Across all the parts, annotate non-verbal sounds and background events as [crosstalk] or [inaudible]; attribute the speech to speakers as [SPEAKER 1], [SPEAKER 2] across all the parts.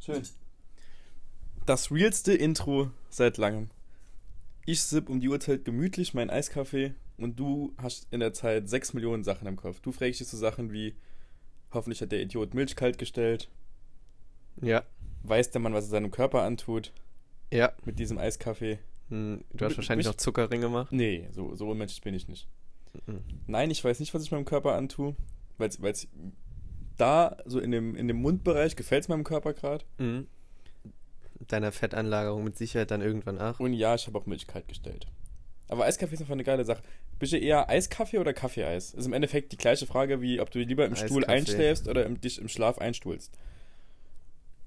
[SPEAKER 1] Schön.
[SPEAKER 2] Das realste Intro seit langem. Ich sipp um die Uhrzeit gemütlich meinen Eiskaffee und du hast in der Zeit sechs Millionen Sachen im Kopf. Du fragst dich so Sachen wie, hoffentlich hat der Idiot Milch kalt gestellt,
[SPEAKER 3] Ja,
[SPEAKER 2] weiß der Mann, was er seinem Körper antut
[SPEAKER 3] ja.
[SPEAKER 2] mit diesem Eiskaffee?
[SPEAKER 3] Hm, Du
[SPEAKER 2] Mich-
[SPEAKER 3] hast wahrscheinlich
[SPEAKER 2] mich-
[SPEAKER 3] noch Zuckerring gemacht.
[SPEAKER 2] Nee, so, so unmenschlich bin ich nicht.
[SPEAKER 3] Mhm.
[SPEAKER 2] Nein, ich weiß nicht, was ich meinem Körper antue, weil es da, so in dem, in dem Mundbereich, gefällt es meinem Körper gerade.
[SPEAKER 3] Mhm. Deiner Fettanlagerung mit Sicherheit dann irgendwann auch.
[SPEAKER 2] Und ja, ich habe auch Milch kalt gestellt. Aber Eiskaffee ist einfach eine geile Sache. Bist du eher Eiskaffee oder Kaffeeeis? Ist im Endeffekt die gleiche Frage, wie ob du lieber im Stuhl
[SPEAKER 3] Eiskaffee.
[SPEAKER 2] einschläfst oder im, dich im Schlaf einstuhlst.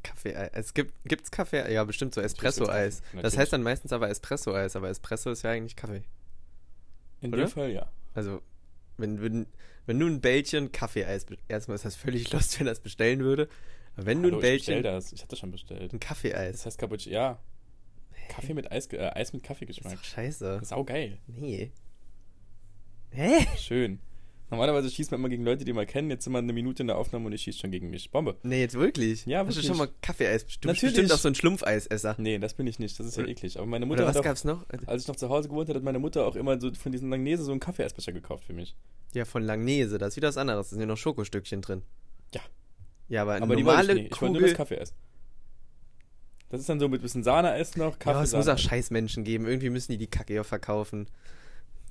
[SPEAKER 3] Kaffee, äh, es gibt gibt's Kaffee, ja bestimmt so Espresso-Eis.
[SPEAKER 2] Kaffee,
[SPEAKER 3] Das
[SPEAKER 2] natürlich.
[SPEAKER 3] heißt dann meistens aber Espresso-Eis, aber Espresso ist ja eigentlich Kaffee.
[SPEAKER 2] In
[SPEAKER 3] Oder?
[SPEAKER 2] dem Fall ja.
[SPEAKER 3] Also wenn, wenn, wenn du ein Bällchen Kaffee-Eis, be- erstmal ist das völlig [laughs] lost, wenn das bestellen würde. Aber wenn du
[SPEAKER 2] Hallo,
[SPEAKER 3] ein
[SPEAKER 2] ich bestell
[SPEAKER 3] Bällchen
[SPEAKER 2] das. Ich hatte schon bestellt.
[SPEAKER 3] ein Kaffee-Eis,
[SPEAKER 2] Das heißt Cappuccino. Ja. Kaffee mit Eis, äh, Eis mit
[SPEAKER 3] ist doch
[SPEAKER 2] Kaffeegeschmack.
[SPEAKER 3] scheiße.
[SPEAKER 2] Sau geil.
[SPEAKER 3] Nee. Hä?
[SPEAKER 2] Schön. Normalerweise schießt man immer gegen Leute, die man kennt. Jetzt sind wir eine Minute in der Aufnahme und ich schieße schon gegen mich. Bombe.
[SPEAKER 3] Nee, jetzt wirklich?
[SPEAKER 2] Ja,
[SPEAKER 3] Hast du
[SPEAKER 2] wirklich.
[SPEAKER 3] schon mal Kaffee-Eis bestellt? Du bist
[SPEAKER 2] Natürlich.
[SPEAKER 3] bestimmt auch so ein Schlumpfeisesser.
[SPEAKER 2] Nee, das bin ich nicht. Das ist ja
[SPEAKER 3] Oder-
[SPEAKER 2] eklig. Aber meine Mutter
[SPEAKER 3] Oder
[SPEAKER 2] hat
[SPEAKER 3] was
[SPEAKER 2] auch,
[SPEAKER 3] gab's noch?
[SPEAKER 2] als ich noch zu Hause gewohnt hatte, hat meine Mutter auch immer so von diesen Langnese so einen Kaffee-Eisbecher gekauft für mich.
[SPEAKER 3] Ja, von Langnese, das ist wieder was anderes. Da sind ja noch Schokostückchen drin.
[SPEAKER 2] Ja.
[SPEAKER 3] Ja, aber eine
[SPEAKER 2] Aber die
[SPEAKER 3] normale
[SPEAKER 2] normale ich nicht. Ich wollte nur
[SPEAKER 3] Kugel...
[SPEAKER 2] das Kaffee essen. Das ist dann so mit bisschen Sahne essen noch, Kaffee.
[SPEAKER 3] ja, es muss
[SPEAKER 2] Sahne.
[SPEAKER 3] auch Scheißmenschen geben. Irgendwie müssen die die Kacke ja verkaufen.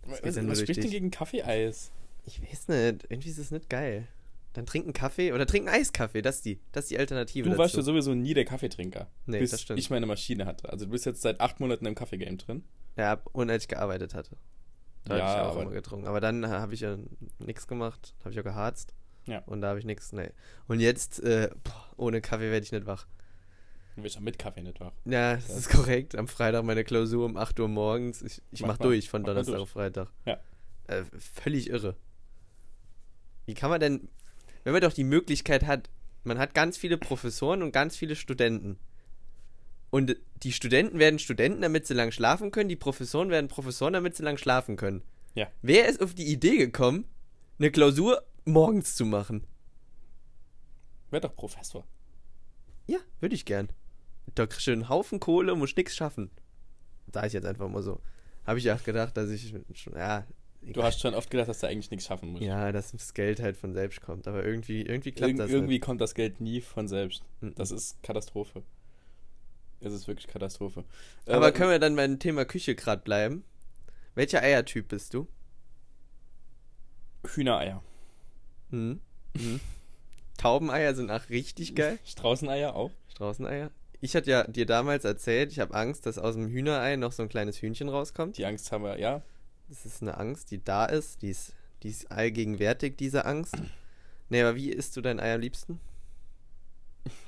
[SPEAKER 2] was
[SPEAKER 3] geht ja nur
[SPEAKER 2] was
[SPEAKER 3] durch
[SPEAKER 2] spricht denn
[SPEAKER 3] dich.
[SPEAKER 2] gegen Kaffeeeis?
[SPEAKER 3] Ich weiß nicht. Irgendwie ist es nicht geil. Dann trinken Kaffee oder trinken Eiskaffee. Das ist die, das ist die Alternative
[SPEAKER 2] Du warst ja
[SPEAKER 3] dazu.
[SPEAKER 2] sowieso nie der Kaffeetrinker.
[SPEAKER 3] Nee,
[SPEAKER 2] bis
[SPEAKER 3] das stimmt.
[SPEAKER 2] ich meine Maschine hatte. Also du bist jetzt seit acht Monaten im Kaffeegame drin.
[SPEAKER 3] Ja, und als ich gearbeitet hatte. Da
[SPEAKER 2] Ja,
[SPEAKER 3] habe ich auch
[SPEAKER 2] aber-
[SPEAKER 3] immer getrunken. Aber dann habe ich ja nichts gemacht. Habe ich ja geharzt.
[SPEAKER 2] Ja.
[SPEAKER 3] Und da habe ich nichts. Nee. Und jetzt, äh, boah, ohne Kaffee werde ich nicht wach.
[SPEAKER 2] Du bist ja mit Kaffee nicht wach.
[SPEAKER 3] Ja, das
[SPEAKER 2] Ja.
[SPEAKER 3] ist korrekt. Am Freitag meine Klausur um 8 Uhr morgens. Ich, ich
[SPEAKER 2] Mach
[SPEAKER 3] mach
[SPEAKER 2] mal.
[SPEAKER 3] durch von
[SPEAKER 2] Mach mal
[SPEAKER 3] Donnerstag
[SPEAKER 2] durch.
[SPEAKER 3] auf Freitag.
[SPEAKER 2] Ja.
[SPEAKER 3] Äh, völlig irre. Wie kann man denn, wenn man doch die Möglichkeit hat, man hat ganz viele Professoren und ganz viele Studenten. Und die Studenten werden Studenten, damit sie lang schlafen können. Die Professoren werden Professoren, damit sie lang schlafen können.
[SPEAKER 2] Ja.
[SPEAKER 3] Wer ist auf die Idee gekommen, eine Klausur morgens zu machen?
[SPEAKER 2] Werd doch Professor.
[SPEAKER 3] Ja, würde ich gern. Da kriegst du einen Haufen Kohle, musst nix schaffen. Da ich jetzt einfach mal so. Habe ich ja gedacht, dass ich schon, ja.
[SPEAKER 2] Du hast schon oft gedacht, dass du eigentlich nichts schaffen musst.
[SPEAKER 3] Ja, dass das Geld halt von selbst kommt. Aber irgendwie, irgendwie klappt
[SPEAKER 2] Irg
[SPEAKER 3] das.
[SPEAKER 2] irgendwie kommt das Geld nie von selbst.
[SPEAKER 3] nicht.
[SPEAKER 2] Das ist Katastrophe. Es ist wirklich Katastrophe. Äh,
[SPEAKER 3] Aber
[SPEAKER 2] warte-
[SPEAKER 3] können wir dann beim Thema Küche gerade bleiben? Welcher Eiertyp bist du?
[SPEAKER 2] Hühnereier.
[SPEAKER 3] Hm? Hm? Taubeneier sind auch richtig geil.
[SPEAKER 2] Straußeneier auch?
[SPEAKER 3] Straußeneier. Ich hatte ja dir damals erzählt, ich habe Angst, dass aus dem Hühnerei noch so ein kleines Hühnchen rauskommt.
[SPEAKER 2] Die Angst haben wir, ja.
[SPEAKER 3] Das ist eine Angst, die da ist, die ist, die ist allgegenwärtig,
[SPEAKER 2] [clears throat]
[SPEAKER 3] diese Angst. Nee, aber wie isst du dein Ei am liebsten?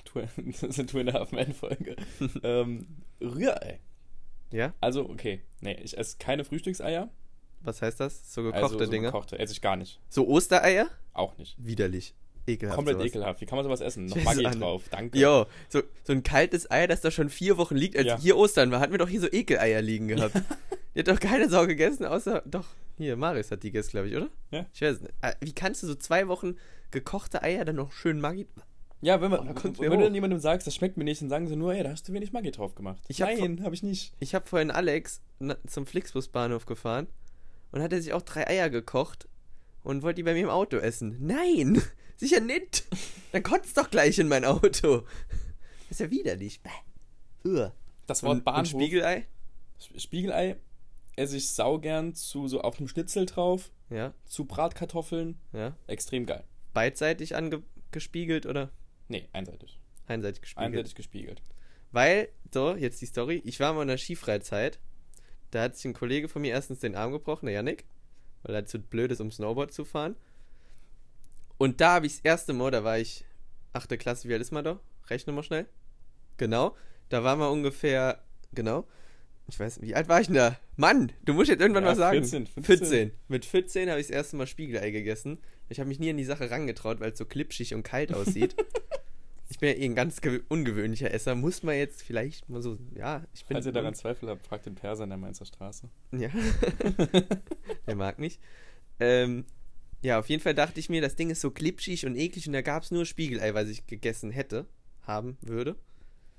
[SPEAKER 2] Two- [laughs] Das ist eine Two and a Half Man
[SPEAKER 3] [laughs]
[SPEAKER 2] Folge. ähm, Rührei.
[SPEAKER 3] Ja?
[SPEAKER 2] Also, okay. Nee, ich esse keine Frühstückseier.
[SPEAKER 3] Was heißt das? So gekochte
[SPEAKER 2] also, so
[SPEAKER 3] Dinge?
[SPEAKER 2] Gekochte. Esse ich gar nicht.
[SPEAKER 3] So Ostereier?
[SPEAKER 2] Auch nicht.
[SPEAKER 3] Widerlich. Ekelhaft.
[SPEAKER 2] Komplett
[SPEAKER 3] sowas.
[SPEAKER 2] ekelhaft. Wie kann man sowas essen? Noch
[SPEAKER 3] Ich weiß
[SPEAKER 2] Maggi
[SPEAKER 3] auch nicht.
[SPEAKER 2] drauf. Danke.
[SPEAKER 3] Jo, so, so ein kaltes Ei, das da schon vier Wochen liegt, als
[SPEAKER 2] Ja.
[SPEAKER 3] hier Ostern war, hatten wir doch hier so Ekeleier
[SPEAKER 2] [laughs]
[SPEAKER 3] liegen gehabt. Die hat doch keine Sau gegessen, außer, doch, hier, Marius hat die gegessen, glaube ich, oder?
[SPEAKER 2] Ja.
[SPEAKER 3] Ich weiß es nicht. Ah, Wie kannst du so zwei Wochen gekochte Eier dann noch schön Maggi...
[SPEAKER 2] Ja, wenn,
[SPEAKER 3] Oh,
[SPEAKER 2] man,
[SPEAKER 3] da
[SPEAKER 2] wenn
[SPEAKER 3] kommt's mir
[SPEAKER 2] du
[SPEAKER 3] hoch.
[SPEAKER 2] dann jemandem sagst, das schmeckt mir nicht, dann sagen sie nur, ey, da hast du wenig Maggi drauf gemacht.
[SPEAKER 3] Ich hab
[SPEAKER 2] Nein, habe ich nicht.
[SPEAKER 3] Ich habe vorhin Alex na, zum Flixbus-Bahnhof gefahren und hat er sich auch drei Eier gekocht und wollte die bei mir im Auto essen. Nein, [laughs] sicher nicht. Dann kotzt doch gleich in mein Auto. [laughs] Das ist ja widerlich. Bäh. Uah.
[SPEAKER 2] Das Wort
[SPEAKER 3] Und, und
[SPEAKER 2] Bahnhof.
[SPEAKER 3] Spiegelei?
[SPEAKER 2] Sp- Spiegelei esse ich saugern zu so auf dem Schnitzel drauf,
[SPEAKER 3] Ja,
[SPEAKER 2] zu Bratkartoffeln.
[SPEAKER 3] ja.
[SPEAKER 2] Extrem geil.
[SPEAKER 3] Beidseitig angespiegelt oder
[SPEAKER 2] Nee, einseitig.
[SPEAKER 3] einseitig gespiegelt?
[SPEAKER 2] Einseitig gespiegelt.
[SPEAKER 3] Weil, so, jetzt die Story. Ich war mal in der Skifreizeit. Da hat sich ein Kollege von mir erstens den Arm gebrochen, der Yannick. Weil er zu blöd ist, um Snowboard zu fahren. Und da habe ich das erste Mal, da war ich 8. Klasse, wie alt ist man da? Rechne mal schnell. Genau. Da waren wir ungefähr, genau. Ich weiß, wie alt war ich denn da? Mann, du musst jetzt irgendwann
[SPEAKER 2] Ja,
[SPEAKER 3] was sagen.
[SPEAKER 2] 14, 15.
[SPEAKER 3] 14. Mit 14 habe ich das erste Mal Spiegelei gegessen. Ich habe mich nie an die Sache rangetraut, weil es so klipschig und kalt aussieht. ich bin ja eh ein ganz gewö- ungewöhnlicher Esser. Muss man jetzt vielleicht mal so, ja, ich bin.
[SPEAKER 2] Falls ihr daran Zweifel habt, fragt den Perser in der Mainzer Straße.
[SPEAKER 3] [laughs] Ja. der mag nicht. Ähm, ja, auf jeden Fall dachte ich mir, das Ding ist so klipschig und eklig und da gab es nur Spiegelei, was ich gegessen hätte, haben würde.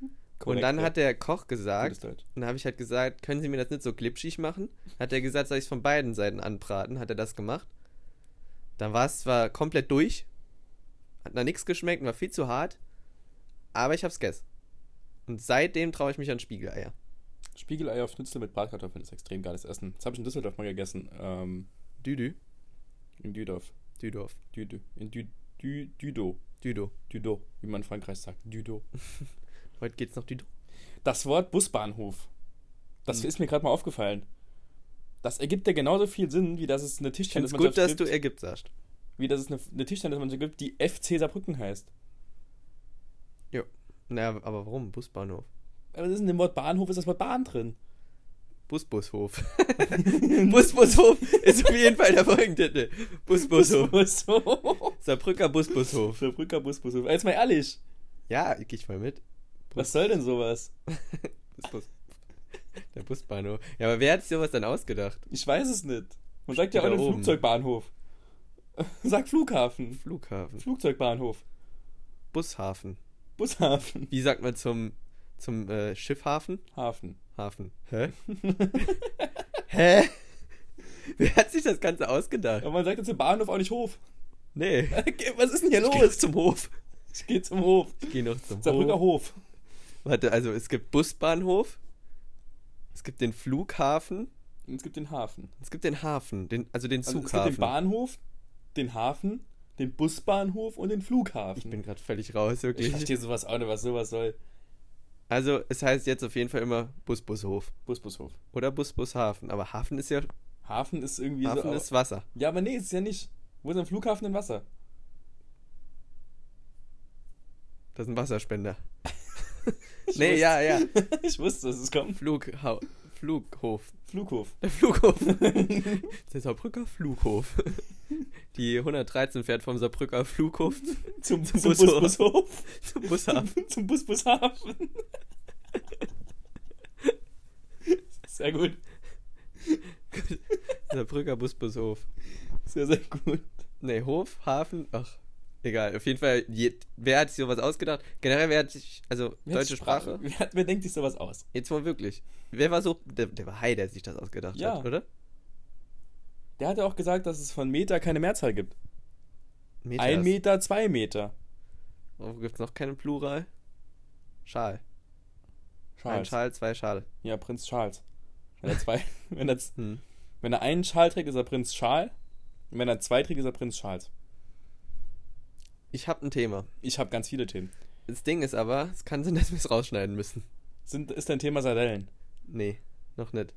[SPEAKER 3] und
[SPEAKER 2] Korrekt,
[SPEAKER 3] dann
[SPEAKER 2] ja.
[SPEAKER 3] hat der Koch
[SPEAKER 2] Gutes
[SPEAKER 3] gesagt,
[SPEAKER 2] Deutsch.
[SPEAKER 3] und dann habe ich halt gesagt, können Sie mir das nicht so glitschig machen? Hat er gesagt, soll ich es von beiden Seiten anbraten? Hat er das gemacht? Dann war es zwar komplett durch, hat nach nichts geschmeckt, und war viel zu hart, aber ich hab's gegessen. Und seitdem traue ich mich an Spiegeleier.
[SPEAKER 2] Spiegelei auf Schnitzel mit Bratkartoffeln ist extrem geiles Essen. Das habe ich in Düsseldorf mal gegessen. Ähm,
[SPEAKER 3] Düdü.
[SPEAKER 2] in Düdorf.
[SPEAKER 3] Düdorf.
[SPEAKER 2] Düdö. In Dü, Dü, Düdo.
[SPEAKER 3] Düdo.
[SPEAKER 2] Düdo, wie man in Frankreich sagt. Düdo.
[SPEAKER 3] Heute geht's noch Düdo.
[SPEAKER 2] Das Wort Busbahnhof.
[SPEAKER 3] Hm.
[SPEAKER 2] Das ist mir gerade mal aufgefallen. Das ergibt ja genauso viel Sinn, wie dass es eine
[SPEAKER 3] Ich finde es
[SPEAKER 2] Tischtennismannschaft
[SPEAKER 3] gut, dass
[SPEAKER 2] gibt,
[SPEAKER 3] du Ergibt sagst.
[SPEAKER 2] wie dass es eine, eine Tischtennismannschaft gibt, die FC Saarbrücken heißt.
[SPEAKER 3] Naja, aber warum? Busbahnhof.
[SPEAKER 2] Aber das ist in dem Wort Bahnhof ist das Wort Bahn
[SPEAKER 3] [laughs]
[SPEAKER 2] drin.
[SPEAKER 3] Busbushof. [laughs] Busbushof ist auf jeden Fall der Folgentitel. Busbushof.
[SPEAKER 2] Busbushof.
[SPEAKER 3] Saarbrücker Busbushof.
[SPEAKER 2] Saarbrücker Busbushof. Jetzt mal ehrlich,
[SPEAKER 3] Ja, geh ich mal mit.
[SPEAKER 2] was soll denn sowas?
[SPEAKER 3] Busbus. Der Busbahnhof. Ja, aber wer hat sich sowas dann ausgedacht?
[SPEAKER 2] Ich weiß es nicht. Man sagt ja auch
[SPEAKER 3] Steht da
[SPEAKER 2] nicht
[SPEAKER 3] oben.
[SPEAKER 2] Flugzeugbahnhof. [laughs] Sag Flughafen.
[SPEAKER 3] Flughafen.
[SPEAKER 2] Flugzeugbahnhof.
[SPEAKER 3] Bushafen.
[SPEAKER 2] Bushafen.
[SPEAKER 3] Wie sagt man zum, zum äh, Schiffhafen?
[SPEAKER 2] Hafen.
[SPEAKER 3] Hafen.
[SPEAKER 2] [laughs]
[SPEAKER 3] Hä? Hä? Wer hat sich das Ganze ausgedacht?
[SPEAKER 2] Aber man sagt jetzt im Bahnhof auch nicht Hof. [laughs]
[SPEAKER 3] Nee.
[SPEAKER 2] Was ist denn hier
[SPEAKER 3] Ich geh
[SPEAKER 2] los?
[SPEAKER 3] noch zum Hof.
[SPEAKER 2] Ich gehe zum Hof.
[SPEAKER 3] Ich geh noch zum
[SPEAKER 2] Saarbrücker
[SPEAKER 3] Hof.
[SPEAKER 2] Hof.
[SPEAKER 3] Warte, also es gibt Busbahnhof. Es gibt den Flughafen.
[SPEAKER 2] Und es gibt den Hafen.
[SPEAKER 3] Es gibt den Hafen, den, also den
[SPEAKER 2] Also es gibt den
[SPEAKER 3] Zughafen.
[SPEAKER 2] Bahnhof, den Hafen, den Busbahnhof und den Flughafen.
[SPEAKER 3] ich bin gerade völlig raus,
[SPEAKER 2] ich
[SPEAKER 3] wirklich.
[SPEAKER 2] verstehe sowas auch nicht, was sowas soll.
[SPEAKER 3] Also es heißt jetzt auf jeden Fall immer Busbushof
[SPEAKER 2] Busbushof.
[SPEAKER 3] oder Busbushafen. Aber Hafen ist ja
[SPEAKER 2] Hafen ist irgendwie so.
[SPEAKER 3] Hafen
[SPEAKER 2] au-
[SPEAKER 3] ist Wasser.
[SPEAKER 2] ja, aber nee, ist ja nicht. Wo ist ein Flughafen denn Wasser?
[SPEAKER 3] Das ist ein Wasserspender.
[SPEAKER 2] Ich
[SPEAKER 3] nee,
[SPEAKER 2] wusste-
[SPEAKER 3] ja, ja.
[SPEAKER 2] [laughs] ich wusste, dass es kommt.
[SPEAKER 3] Flughau Flughof.
[SPEAKER 2] Flughof.
[SPEAKER 3] Der [laughs] Flughof. Der Saarbrücker Flughof. Die 113 fährt vom Saarbrücker Flughof [laughs]
[SPEAKER 2] Zum, zum
[SPEAKER 3] Bushof.
[SPEAKER 2] Busbushof.
[SPEAKER 3] zum Bushafen.
[SPEAKER 2] zum Busbushafen. Sehr gut.
[SPEAKER 3] Saarbrücker Busbushof.
[SPEAKER 2] Sehr, sehr gut.
[SPEAKER 3] Nee, Hof, Hafen, ach, egal. Auf jeden Fall, je, wer hat sich sowas ausgedacht? Generell, wer hat sich, also
[SPEAKER 2] Wer hat
[SPEAKER 3] deutsche Sprache?
[SPEAKER 2] Wer, hat- wer denkt sich sowas aus?
[SPEAKER 3] Jetzt mal wirklich. Wer war so, der, der war Hai, der sich das ausgedacht
[SPEAKER 2] Ja.
[SPEAKER 3] hat, oder?
[SPEAKER 2] Der hat ja auch gesagt, dass es von Meter keine Mehrzahl gibt.
[SPEAKER 3] Meters.
[SPEAKER 2] Ein Meter, zwei Meter.
[SPEAKER 3] Warum gibt's noch keinen Plural? Schal. Ein
[SPEAKER 2] Charles.
[SPEAKER 3] Schal, zwei Schale.
[SPEAKER 2] Ja, Prinz Charles. Wenn er, zwei, [laughs] wenn, er, z-
[SPEAKER 3] Hm.
[SPEAKER 2] wenn er einen Schal trägt, ist er Prinz Charles. Und wenn er zwei trägt, ist er Prinz Charles.
[SPEAKER 3] Ich habe ein Thema.
[SPEAKER 2] Ich habe ganz viele Themen.
[SPEAKER 3] Das Ding ist aber, es kann sein, dass wir es rausschneiden müssen.
[SPEAKER 2] Sind, ist dein Thema Sardellen?
[SPEAKER 3] Nee, noch nicht.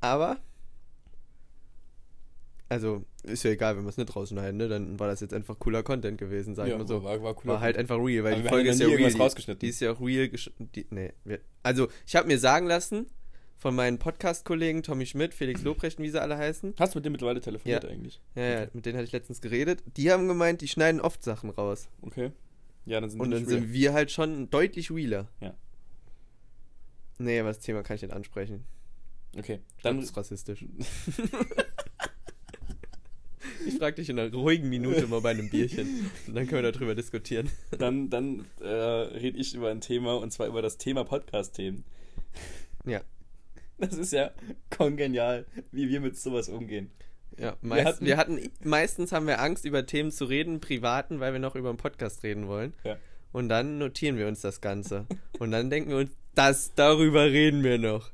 [SPEAKER 3] Aber. Also, ist ja egal, wenn wir es nicht rausschneiden, ne? Dann war das jetzt einfach cooler Content gewesen, sag ich mal so. War,
[SPEAKER 2] war, war cooler.
[SPEAKER 3] halt einfach real, weil
[SPEAKER 2] Aber
[SPEAKER 3] die
[SPEAKER 2] wir
[SPEAKER 3] Folge
[SPEAKER 2] haben
[SPEAKER 3] ist
[SPEAKER 2] ja
[SPEAKER 3] ja
[SPEAKER 2] nie
[SPEAKER 3] real.
[SPEAKER 2] irgendwas
[SPEAKER 3] Die-
[SPEAKER 2] rausgeschnitten.
[SPEAKER 3] Die ist ja auch real gesch- die, nee, wir, Also, ich habe mir sagen lassen von meinen Podcast-Kollegen Tommy Schmidt, Felix Lobrecht, wie sie alle heißen.
[SPEAKER 2] Hast du mit dem mittlerweile telefoniert
[SPEAKER 3] Ja.
[SPEAKER 2] eigentlich?
[SPEAKER 3] Ja, ja, mit denen hatte ich letztens geredet. Die haben gemeint, die schneiden oft Sachen raus.
[SPEAKER 2] Okay. Ja, dann sind
[SPEAKER 3] Und
[SPEAKER 2] wir
[SPEAKER 3] dann
[SPEAKER 2] nicht real.
[SPEAKER 3] sind wir halt schon deutlich realer.
[SPEAKER 2] Ja.
[SPEAKER 3] Nee, aber das Thema kann ich nicht ansprechen.
[SPEAKER 2] Okay,
[SPEAKER 3] Dann
[SPEAKER 2] dann [laughs]
[SPEAKER 3] ist rassistisch. ich frage dich in einer ruhigen Minute mal bei einem
[SPEAKER 2] [laughs]
[SPEAKER 3] Bierchen. Und dann können wir darüber diskutieren.
[SPEAKER 2] Dann, dann äh, rede ich über ein Thema und zwar über das Thema Podcast-Themen.
[SPEAKER 3] Ja.
[SPEAKER 2] Das ist ja kongenial, wie wir mit sowas umgehen.
[SPEAKER 3] Ja,
[SPEAKER 2] hatten-
[SPEAKER 3] meist, wir, hatten, meistens haben wir Angst, über Themen zu reden, privaten, weil wir noch über einen Podcast reden wollen.
[SPEAKER 2] Ja.
[SPEAKER 3] Und dann notieren wir uns das Ganze. Und dann denken wir uns, das, darüber reden wir noch.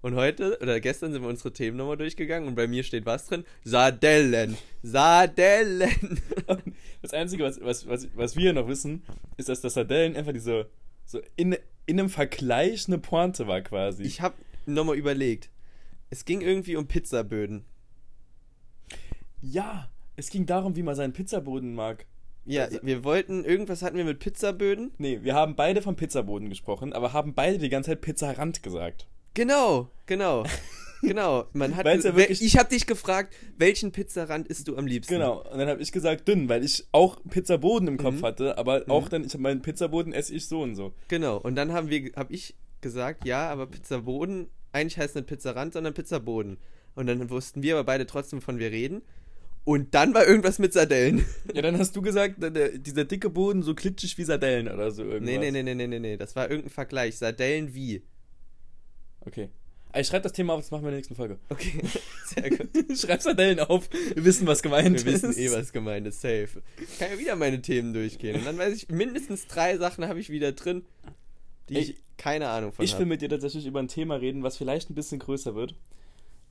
[SPEAKER 3] Und heute oder gestern sind wir unsere Themen nochmal durchgegangen und bei mir steht was drin? Sardellen. Sardellen.
[SPEAKER 2] Das Einzige, was, was, was, was wir noch wissen, ist, dass das Sardellen einfach diese, so in, in einem Vergleich eine Pointe war quasi.
[SPEAKER 3] Ich habe nochmal überlegt. Es ging irgendwie um Pizzaböden.
[SPEAKER 2] ja, es ging darum, wie man seinen Pizzaboden mag.
[SPEAKER 3] Ja,
[SPEAKER 2] Also-
[SPEAKER 3] wir wollten, irgendwas hatten wir mit Pizzaböden.
[SPEAKER 2] Nee, wir haben beide vom Pizzaboden gesprochen, aber haben beide die ganze Zeit Pizzarand gesagt.
[SPEAKER 3] Genau, genau. Genau, man hat
[SPEAKER 2] Weil's ja
[SPEAKER 3] wel-
[SPEAKER 2] wirklich-
[SPEAKER 3] ich habe dich gefragt, welchen Pizzarand isst du am liebsten?
[SPEAKER 2] Genau, und dann habe ich gesagt dünn, weil ich auch Pizzaboden im Kopf
[SPEAKER 3] Mhm.
[SPEAKER 2] hatte, aber auch dann, ich habe meinen Pizzaboden esse ich so und so.
[SPEAKER 3] Genau, und dann haben wir, hab ich gesagt, ja, aber Pizzaboden, eigentlich heißt nicht Pizzarand, sondern Pizzaboden. Und dann wussten wir aber beide trotzdem, von wir reden. Und dann war irgendwas mit Sardellen.
[SPEAKER 2] Ja, dann hast du gesagt, der, der, dieser dicke Boden so klitschig wie Sardellen oder so irgendwas.
[SPEAKER 3] Nee, nee, nee, nee, nee, nee, nee. Das war irgendein Vergleich. Sardellen wie?
[SPEAKER 2] Okay. Ah, Ich schreibe das Thema auf, das machen wir in der nächsten Folge. [laughs]
[SPEAKER 3] Okay, [laughs] sehr gut.
[SPEAKER 2] Schreib Sardellen auf. Wir wissen, was gemeint
[SPEAKER 3] Wir
[SPEAKER 2] ist.
[SPEAKER 3] wissen eh, was gemeint ist. Safe. Ich kann ja wieder meine Themen durchgehen. Und dann weiß ich, mindestens drei Sachen habe ich wieder drin, die
[SPEAKER 2] Ey,
[SPEAKER 3] ich keine Ahnung von
[SPEAKER 2] Ich will
[SPEAKER 3] habe.
[SPEAKER 2] mit dir tatsächlich über ein Thema reden, was vielleicht ein bisschen größer wird.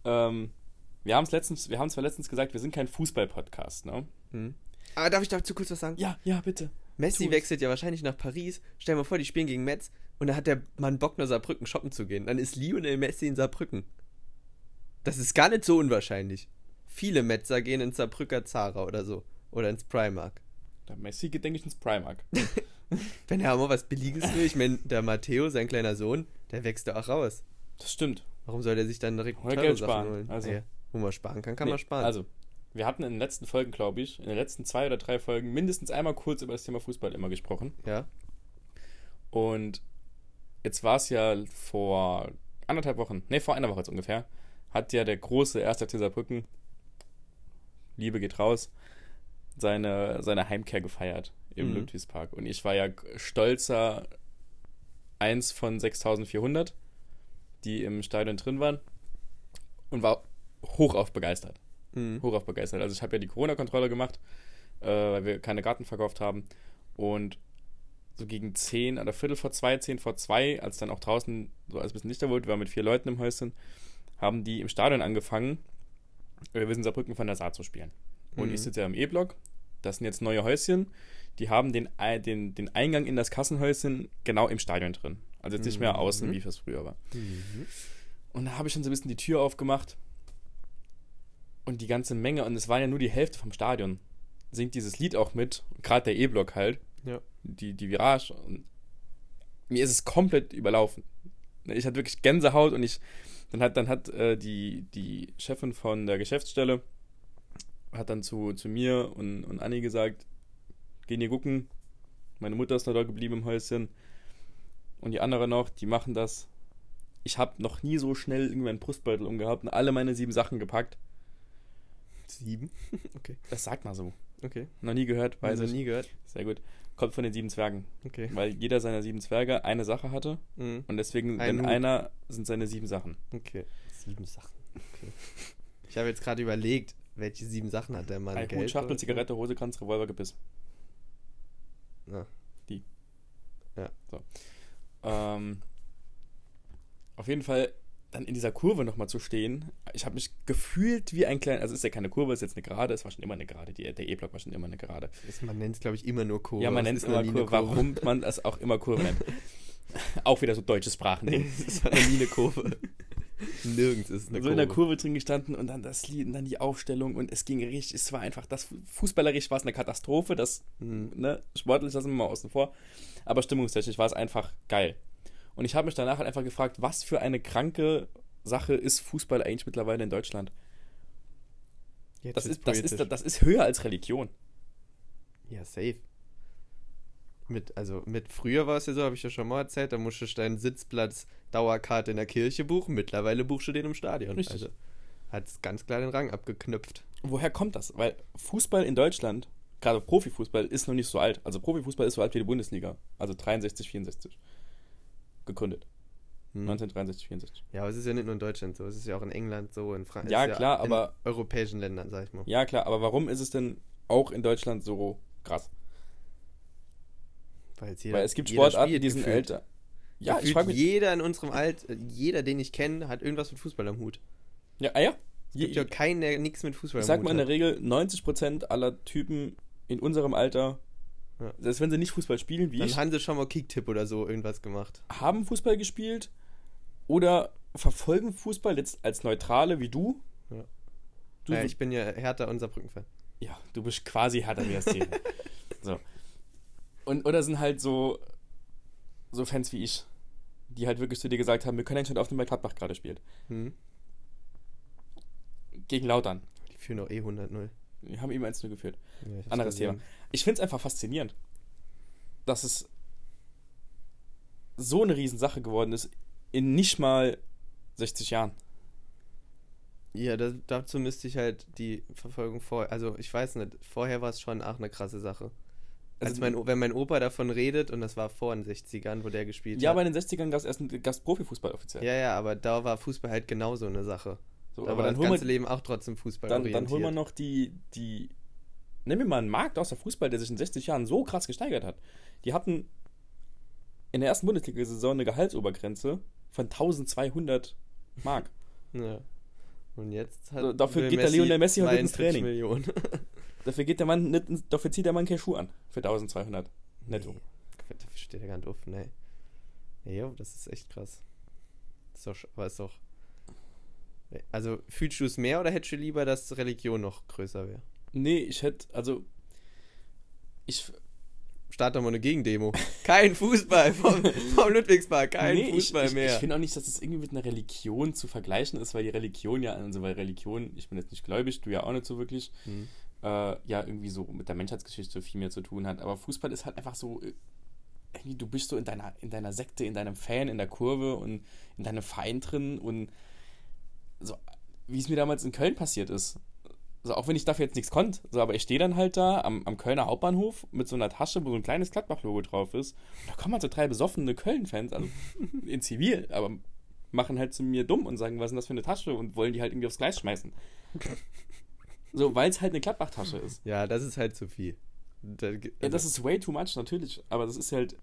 [SPEAKER 2] Ähm, wir haben es letztens, wir haben zwar letztens gesagt, wir sind kein Fußball-Podcast, ne?
[SPEAKER 3] Hm. Aber darf ich dazu kurz was sagen?
[SPEAKER 2] Ja, ja, bitte.
[SPEAKER 3] Messi
[SPEAKER 2] tu's.
[SPEAKER 3] wechselt ja wahrscheinlich nach Paris. Stell dir mal vor, die spielen gegen Metz und da hat der Mann Bock, nach Saarbrücken shoppen zu gehen. Dann ist Lionel Messi in Saarbrücken. Das ist gar nicht so unwahrscheinlich. Viele Metzer gehen ins Saarbrücker Zara oder so. Oder ins Primark.
[SPEAKER 2] Der Messi geht, denke ich, ins Primark.
[SPEAKER 3] Wenn er mal was Billiges will, ich meine, der Matteo, sein kleiner Sohn, der wächst da auch raus.
[SPEAKER 2] Das stimmt.
[SPEAKER 3] Warum soll der sich dann direkt
[SPEAKER 2] Oder
[SPEAKER 3] teure
[SPEAKER 2] Geld
[SPEAKER 3] Sachen
[SPEAKER 2] sparen,
[SPEAKER 3] holen?
[SPEAKER 2] also.
[SPEAKER 3] Ja, wo man sparen kann, kann
[SPEAKER 2] Nee,
[SPEAKER 3] man sparen.
[SPEAKER 2] Also, wir hatten in den letzten Folgen, glaube ich, in den letzten zwei oder drei Folgen mindestens einmal kurz über das Thema Fußball immer gesprochen.
[SPEAKER 3] ja.
[SPEAKER 2] Und jetzt war es ja vor anderthalb Wochen, nee, vor einer Woche jetzt ungefähr, hat ja der große 1. FC Saarbrücken, Liebe geht raus, seine, seine Heimkehr gefeiert im
[SPEAKER 3] Mhm.
[SPEAKER 2] Ludwigspark. Und ich war ja stolzer eins von 6400, die im Stadion drin waren und war hochauf begeistert
[SPEAKER 3] Mhm.
[SPEAKER 2] hochauf begeistert. Also ich habe ja die Corona-Kontrolle gemacht, äh, weil wir keine Garten verkauft haben. Und so gegen 10 oder Viertel vor 2, 10 vor 2, als dann auch draußen so alles ein bisschen dichter wurde, wir waren mit vier Leuten im Häuschen, haben die im Stadion angefangen, äh, wir sind Saarbrücken von der Saar zu spielen. Und
[SPEAKER 3] Mhm.
[SPEAKER 2] ich sitze ja im E-Block, das sind jetzt neue Häuschen, die haben den, Ei- den, den Eingang in das Kassenhäuschen genau im Stadion drin. Also jetzt nicht mehr außen,
[SPEAKER 3] Mhm.
[SPEAKER 2] wie es früher war.
[SPEAKER 3] Mhm.
[SPEAKER 2] Und da habe ich schon so ein bisschen die Tür aufgemacht. Und die ganze Menge, und es war ja nur die Hälfte vom Stadion, singt dieses Lied auch mit. Gerade der E-Block halt,
[SPEAKER 3] Ja.
[SPEAKER 2] die, die Virage. Und mir ist es komplett überlaufen. Ich hatte wirklich Gänsehaut und ich. Dann hat, dann hat äh, die, die Chefin von der Geschäftsstelle hat dann zu, zu mir und, und Anni gesagt, gehen hier gucken. Meine Mutter ist noch da geblieben im Häuschen. Und die anderen noch, die machen das. Ich habe noch nie so schnell irgendwie meinen Brustbeutel umgehabt und alle meine sieben Sachen gepackt.
[SPEAKER 3] Sieben? [laughs] okay.
[SPEAKER 2] Das sagt man so.
[SPEAKER 3] Okay.
[SPEAKER 2] Noch nie gehört, weiß
[SPEAKER 3] Also
[SPEAKER 2] ich.
[SPEAKER 3] nie gehört.
[SPEAKER 2] Sehr gut. Kommt von den sieben Zwergen.
[SPEAKER 3] Okay.
[SPEAKER 2] Weil jeder seiner sieben Zwerge eine Sache hatte.
[SPEAKER 3] Mhm.
[SPEAKER 2] Und deswegen,
[SPEAKER 3] Ein
[SPEAKER 2] wenn
[SPEAKER 3] Hut.
[SPEAKER 2] einer, sind seine sieben Sachen.
[SPEAKER 3] Okay. Sieben Sachen. Okay. Ich habe jetzt gerade überlegt, welche sieben Sachen hat der Mann?
[SPEAKER 2] Ein
[SPEAKER 3] Geld
[SPEAKER 2] Hut, Schachtel,
[SPEAKER 3] oder-
[SPEAKER 2] Zigarette, Hose, Kranz, Revolver, Gebiss.
[SPEAKER 3] Ja.
[SPEAKER 2] Die.
[SPEAKER 3] Ja.
[SPEAKER 2] So. Ähm, auf jeden Fall dann in dieser Kurve nochmal zu stehen. Ich habe mich gefühlt wie ein kleiner, also ist ja keine Kurve, ist jetzt eine Gerade, es war schon immer eine Gerade, die, der E-Block war schon immer eine Gerade.
[SPEAKER 3] Ist, man nennt es, glaube ich, immer nur Kurve.
[SPEAKER 2] Ja, man
[SPEAKER 3] Es
[SPEAKER 2] nennt
[SPEAKER 3] ist
[SPEAKER 2] es
[SPEAKER 3] noch
[SPEAKER 2] immer
[SPEAKER 3] nie eine
[SPEAKER 2] Kurve, warum man das auch immer Kurve
[SPEAKER 3] [laughs]
[SPEAKER 2] nennt. auch wieder so deutsches
[SPEAKER 3] Nee,
[SPEAKER 2] Sprachending.
[SPEAKER 3] es ist noch nie eine Kurve. [laughs] Nirgends ist es eine
[SPEAKER 2] so
[SPEAKER 3] Kurve.
[SPEAKER 2] in der Kurve drin gestanden und dann das Lied und dann die Aufstellung und es ging richtig, es war einfach, das fußballerisch war es eine Katastrophe, das,
[SPEAKER 3] Mhm.
[SPEAKER 2] ne, sportlich lassen wir mal außen vor, aber stimmungstechnisch war es einfach geil. Und ich habe mich danach halt einfach gefragt, was für eine kranke Sache ist Fußball eigentlich mittlerweile in Deutschland?
[SPEAKER 3] Jetzt
[SPEAKER 2] Das
[SPEAKER 3] wird's
[SPEAKER 2] ist, das ist,
[SPEAKER 3] poetisch.
[SPEAKER 2] das ist höher als Religion.
[SPEAKER 3] Ja, safe. Mit, also mit früher war es ja so, habe ich ja schon mal erzählt, da musstest du deinen Sitzplatz Dauerkarte in der Kirche buchen. Mittlerweile buchst du den im Stadion.
[SPEAKER 2] Richtig.
[SPEAKER 3] Also hat es ganz klar den Rang abgeknüpft.
[SPEAKER 2] Woher kommt das? Weil Fußball in Deutschland, gerade Profifußball, ist noch nicht so alt. Also Profifußball ist so alt wie die Bundesliga. Also 63, 64. Gegründet. Mhm.
[SPEAKER 3] Hm.
[SPEAKER 2] 1963, 64.
[SPEAKER 3] Ja, aber es ist ja nicht nur in Deutschland so, es ist ja auch in England so, in Frankreich.
[SPEAKER 2] Ja,
[SPEAKER 3] es ist
[SPEAKER 2] klar,
[SPEAKER 3] in
[SPEAKER 2] aber-
[SPEAKER 3] europäischen Ländern, sag ich mal.
[SPEAKER 2] Ja, klar, aber warum ist es denn auch in Deutschland so krass?
[SPEAKER 3] Weil, jetzt jeder,
[SPEAKER 2] Weil es gibt
[SPEAKER 3] jeder
[SPEAKER 2] Sportarten,
[SPEAKER 3] spielt
[SPEAKER 2] die sind
[SPEAKER 3] gefühlt.
[SPEAKER 2] älter. Ja, ich
[SPEAKER 3] Gefühlt
[SPEAKER 2] frage mich.
[SPEAKER 3] jeder in unserem Alter, jeder, den ich kenne, hat irgendwas mit Fußball am Hut.
[SPEAKER 2] Ja, ah, ja.
[SPEAKER 3] Es
[SPEAKER 2] Je,
[SPEAKER 3] gibt ja keinen, der nichts mit Fußball
[SPEAKER 2] ich
[SPEAKER 3] am
[SPEAKER 2] sag
[SPEAKER 3] Hut
[SPEAKER 2] mal in der
[SPEAKER 3] hat.
[SPEAKER 2] Regel, 90% aller Typen in unserem Alter,
[SPEAKER 3] Ja.
[SPEAKER 2] selbst wenn sie nicht Fußball spielen, wie
[SPEAKER 3] Dann halt-
[SPEAKER 2] ich,
[SPEAKER 3] haben sie schon mal Kicktipp oder so irgendwas gemacht.
[SPEAKER 2] haben Fußball gespielt oder verfolgen Fußball jetzt als Neutrale wie du.
[SPEAKER 3] Ja.
[SPEAKER 2] Du,
[SPEAKER 3] ja, ich bin ja Hertha und Saarbrücken-Fan.
[SPEAKER 2] ja, du bist quasi härter wie das
[SPEAKER 3] [laughs]
[SPEAKER 2] Thema. so. Und, oder sind halt so, so Fans wie ich, die halt wirklich zu dir gesagt haben, wir können entscheiden aufnehmen, weil Gladbach gerade spielt.
[SPEAKER 3] Hm?
[SPEAKER 2] Gegen Lautern.
[SPEAKER 3] Die führen auch eh 100-0.
[SPEAKER 2] Wir haben eben 1-0 geführt.
[SPEAKER 3] Ja, ich hab's
[SPEAKER 2] Anderes
[SPEAKER 3] gesehen.
[SPEAKER 2] Thema. Ich finde es einfach faszinierend, dass es so eine Riesensache geworden ist in nicht mal 60 Jahren.
[SPEAKER 3] Ja, das, dazu müsste ich halt die Verfolgung vorher. Also, ich weiß nicht, vorher war es schon auch eine krasse Sache.
[SPEAKER 2] Also-
[SPEAKER 3] Also, mein, wenn mein Opa davon redet, und das war vor den 60ern, wo der gespielt
[SPEAKER 2] Ja,
[SPEAKER 3] hat.
[SPEAKER 2] aber in den 60ern gab es erst einen Gast Profifußball offiziell.
[SPEAKER 3] ja, ja, aber da war Fußball halt genauso eine Sache.
[SPEAKER 2] so,
[SPEAKER 3] da
[SPEAKER 2] aber
[SPEAKER 3] war
[SPEAKER 2] dann
[SPEAKER 3] das
[SPEAKER 2] holen,
[SPEAKER 3] ganze
[SPEAKER 2] wir,
[SPEAKER 3] Leben auch trotzdem Fußball
[SPEAKER 2] dann, dann holen wir noch die, die. Nimm mir mal einen Markt aus der Fußball, der sich in 60 Jahren so krass gesteigert hat. Die hatten in der ersten Bundesliga-Saison eine Gehaltsobergrenze von 1200 Mark.
[SPEAKER 3] Ja. Und jetzt hat
[SPEAKER 2] So, dafür
[SPEAKER 3] will
[SPEAKER 2] geht der Lionel Messi heute ins
[SPEAKER 3] 42
[SPEAKER 2] Training.
[SPEAKER 3] Millionen.
[SPEAKER 2] dafür geht der Mann nicht, ins- dafür zieht der Mann keine Schuhe an. Für 1200 [laughs] netto.
[SPEAKER 3] Nee. Da steht er ganz offen, ey. Nee, jo, das ist echt krass. Ist doch, sch- aber ist doch. Also, fühlst du es mehr oder hättest du lieber, dass Religion noch größer wäre?
[SPEAKER 2] Nee, ich hätte, also. Ich,
[SPEAKER 3] Start doch mal
[SPEAKER 2] [laughs]
[SPEAKER 3] eine Gegendemo. Kein Fußball vom, vom Ludwigspark, kein
[SPEAKER 2] nee,
[SPEAKER 3] Fußball
[SPEAKER 2] ich, ich,
[SPEAKER 3] mehr.
[SPEAKER 2] Ich finde auch nicht, dass es irgendwie mit einer Religion zu vergleichen ist, weil die Religion ja, also weil Religion, ich bin jetzt nicht gläubig, du ja auch nicht so wirklich,
[SPEAKER 3] Hm.
[SPEAKER 2] äh, ja irgendwie so mit der Menschheitsgeschichte viel mehr zu tun hat. Aber Fußball ist halt einfach so, äh, irgendwie du bist so in deiner, in deiner Sekte, in deinem Fan, in der Kurve und in deinem Verein drin und so, wie es mir damals in Köln passiert ist. So, auch wenn ich dafür jetzt nichts konnte, so, aber ich stehe dann halt da am, am Kölner Hauptbahnhof mit so einer Tasche, wo so ein kleines Gladbach-Logo drauf ist. Und da kommen halt so drei besoffene Köln-Fans, also in Zivil, aber machen halt zu mir dumm und sagen, was ist denn das für eine Tasche und wollen die halt irgendwie aufs Gleis [laughs] schmeißen. So, weil es halt eine Gladbach-Tasche ist.
[SPEAKER 3] ja, das ist halt zu viel. Da, ge-
[SPEAKER 2] Ja, das
[SPEAKER 3] also,
[SPEAKER 2] ist way too much, natürlich, aber das ist halt,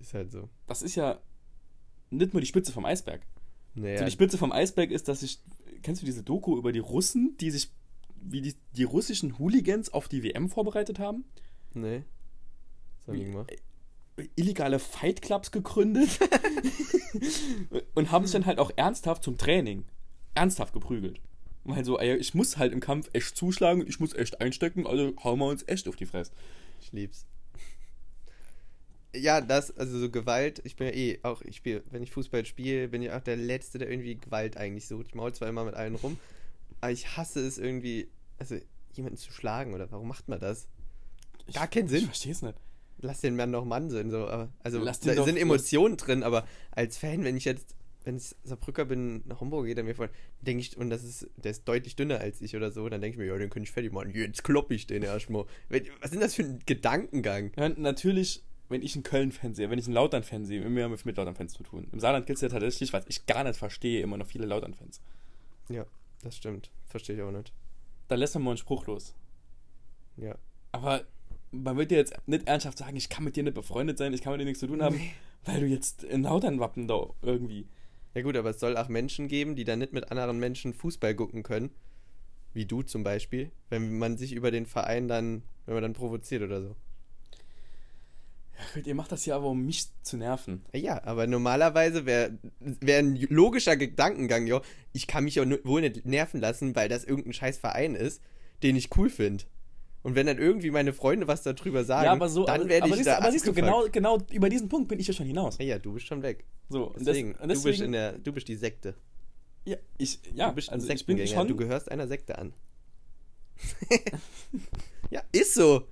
[SPEAKER 3] ist halt so.
[SPEAKER 2] das ist ja nicht nur die Spitze vom Eisberg.
[SPEAKER 3] Naja,
[SPEAKER 2] So, die Spitze vom Eisberg ist, dass ich, kennst du diese Doku über die Russen, die sich, wie die, die russischen Hooligans auf die WM vorbereitet haben?
[SPEAKER 3] nee. Das hab ich gemacht.
[SPEAKER 2] Illegale Fightclubs
[SPEAKER 3] [laughs]
[SPEAKER 2] gegründet und haben sich dann halt auch ernsthaft zum Training ernsthaft geprügelt. Weil so, ey, ich muss halt im Kampf echt zuschlagen, ich muss echt einstecken, also hauen wir uns echt auf die Fresse.
[SPEAKER 3] Ich lieb's. Ja, das, also so Gewalt, ich bin ja eh auch, ich spiele, wenn ich Fußball spiele, bin ich auch der Letzte, der irgendwie Gewalt eigentlich sucht. Ich maul zwar immer mit allen rum, aber ich hasse es irgendwie, also jemanden zu schlagen oder warum macht man das?
[SPEAKER 2] Ich-
[SPEAKER 3] Gar keinen Sinn.
[SPEAKER 2] Ich verstehe es nicht.
[SPEAKER 3] Lass den Mann doch Mann sein, so, aber, also
[SPEAKER 2] Lass den
[SPEAKER 3] da
[SPEAKER 2] doch-
[SPEAKER 3] sind Emotionen drin, aber als Fan, wenn ich jetzt, wenn ich Saarbrücker bin, nach Hamburg gehe, dann mir vor, denke ich, und das ist, der ist deutlich dünner als ich oder so, dann denke ich mir, ja, den könnte ich fertig machen, jetzt klopp ich den erstmal. Wenn- Was sind das für ein Gedankengang?
[SPEAKER 2] Ja, natürlich, wenn ich einen Köln-Fan sehe, wenn ich einen Lautern-Fan sehe, immer mit, mit Lautern-Fans zu tun. Im Saarland gibt es ja tatsächlich, was ich gar nicht verstehe, immer noch viele Lautern-Fans.
[SPEAKER 3] Ja, das stimmt. Verstehe ich auch nicht.
[SPEAKER 2] Da lässt man mal einen Spruch los.
[SPEAKER 3] Ja.
[SPEAKER 2] Aber man wird dir jetzt nicht ernsthaft sagen, ich kann mit dir nicht befreundet sein, ich kann mit dir nichts zu tun haben, weil du jetzt in Lautern-Wappen da irgendwie.
[SPEAKER 3] Ja gut, aber es soll auch Menschen geben, die dann nicht mit anderen Menschen Fußball gucken können. Wie du zum Beispiel. Wenn man sich über den Verein dann, wenn man dann provoziert oder so.
[SPEAKER 2] Ach, Ihr macht das ja aber, um mich zu nerven.
[SPEAKER 3] Ja, aber normalerweise wäre wär ein logischer Gedankengang, jo, ich kann mich ja nu- wohl nicht nerven lassen, weil das irgendein scheiß Verein ist, den ich cool finde. Und wenn dann irgendwie meine Freunde was darüber sagen, Ah, dann werde ich
[SPEAKER 2] siehst,
[SPEAKER 3] da
[SPEAKER 2] aber siehst du, genau,
[SPEAKER 3] abgefuckt.
[SPEAKER 2] genau über diesen Punkt bin ich ja schon hinaus.
[SPEAKER 3] Ja, du bist schon weg.
[SPEAKER 2] So, und
[SPEAKER 3] Deswegen,
[SPEAKER 2] das, und deswegen
[SPEAKER 3] du, bist in der, du bist die Sekte.
[SPEAKER 2] ja, ich, ja,
[SPEAKER 3] du bist ein
[SPEAKER 2] also ich bin
[SPEAKER 3] Sektengänger.
[SPEAKER 2] schon,
[SPEAKER 3] Du gehörst einer Sekte an. [laughs] ja, ist so.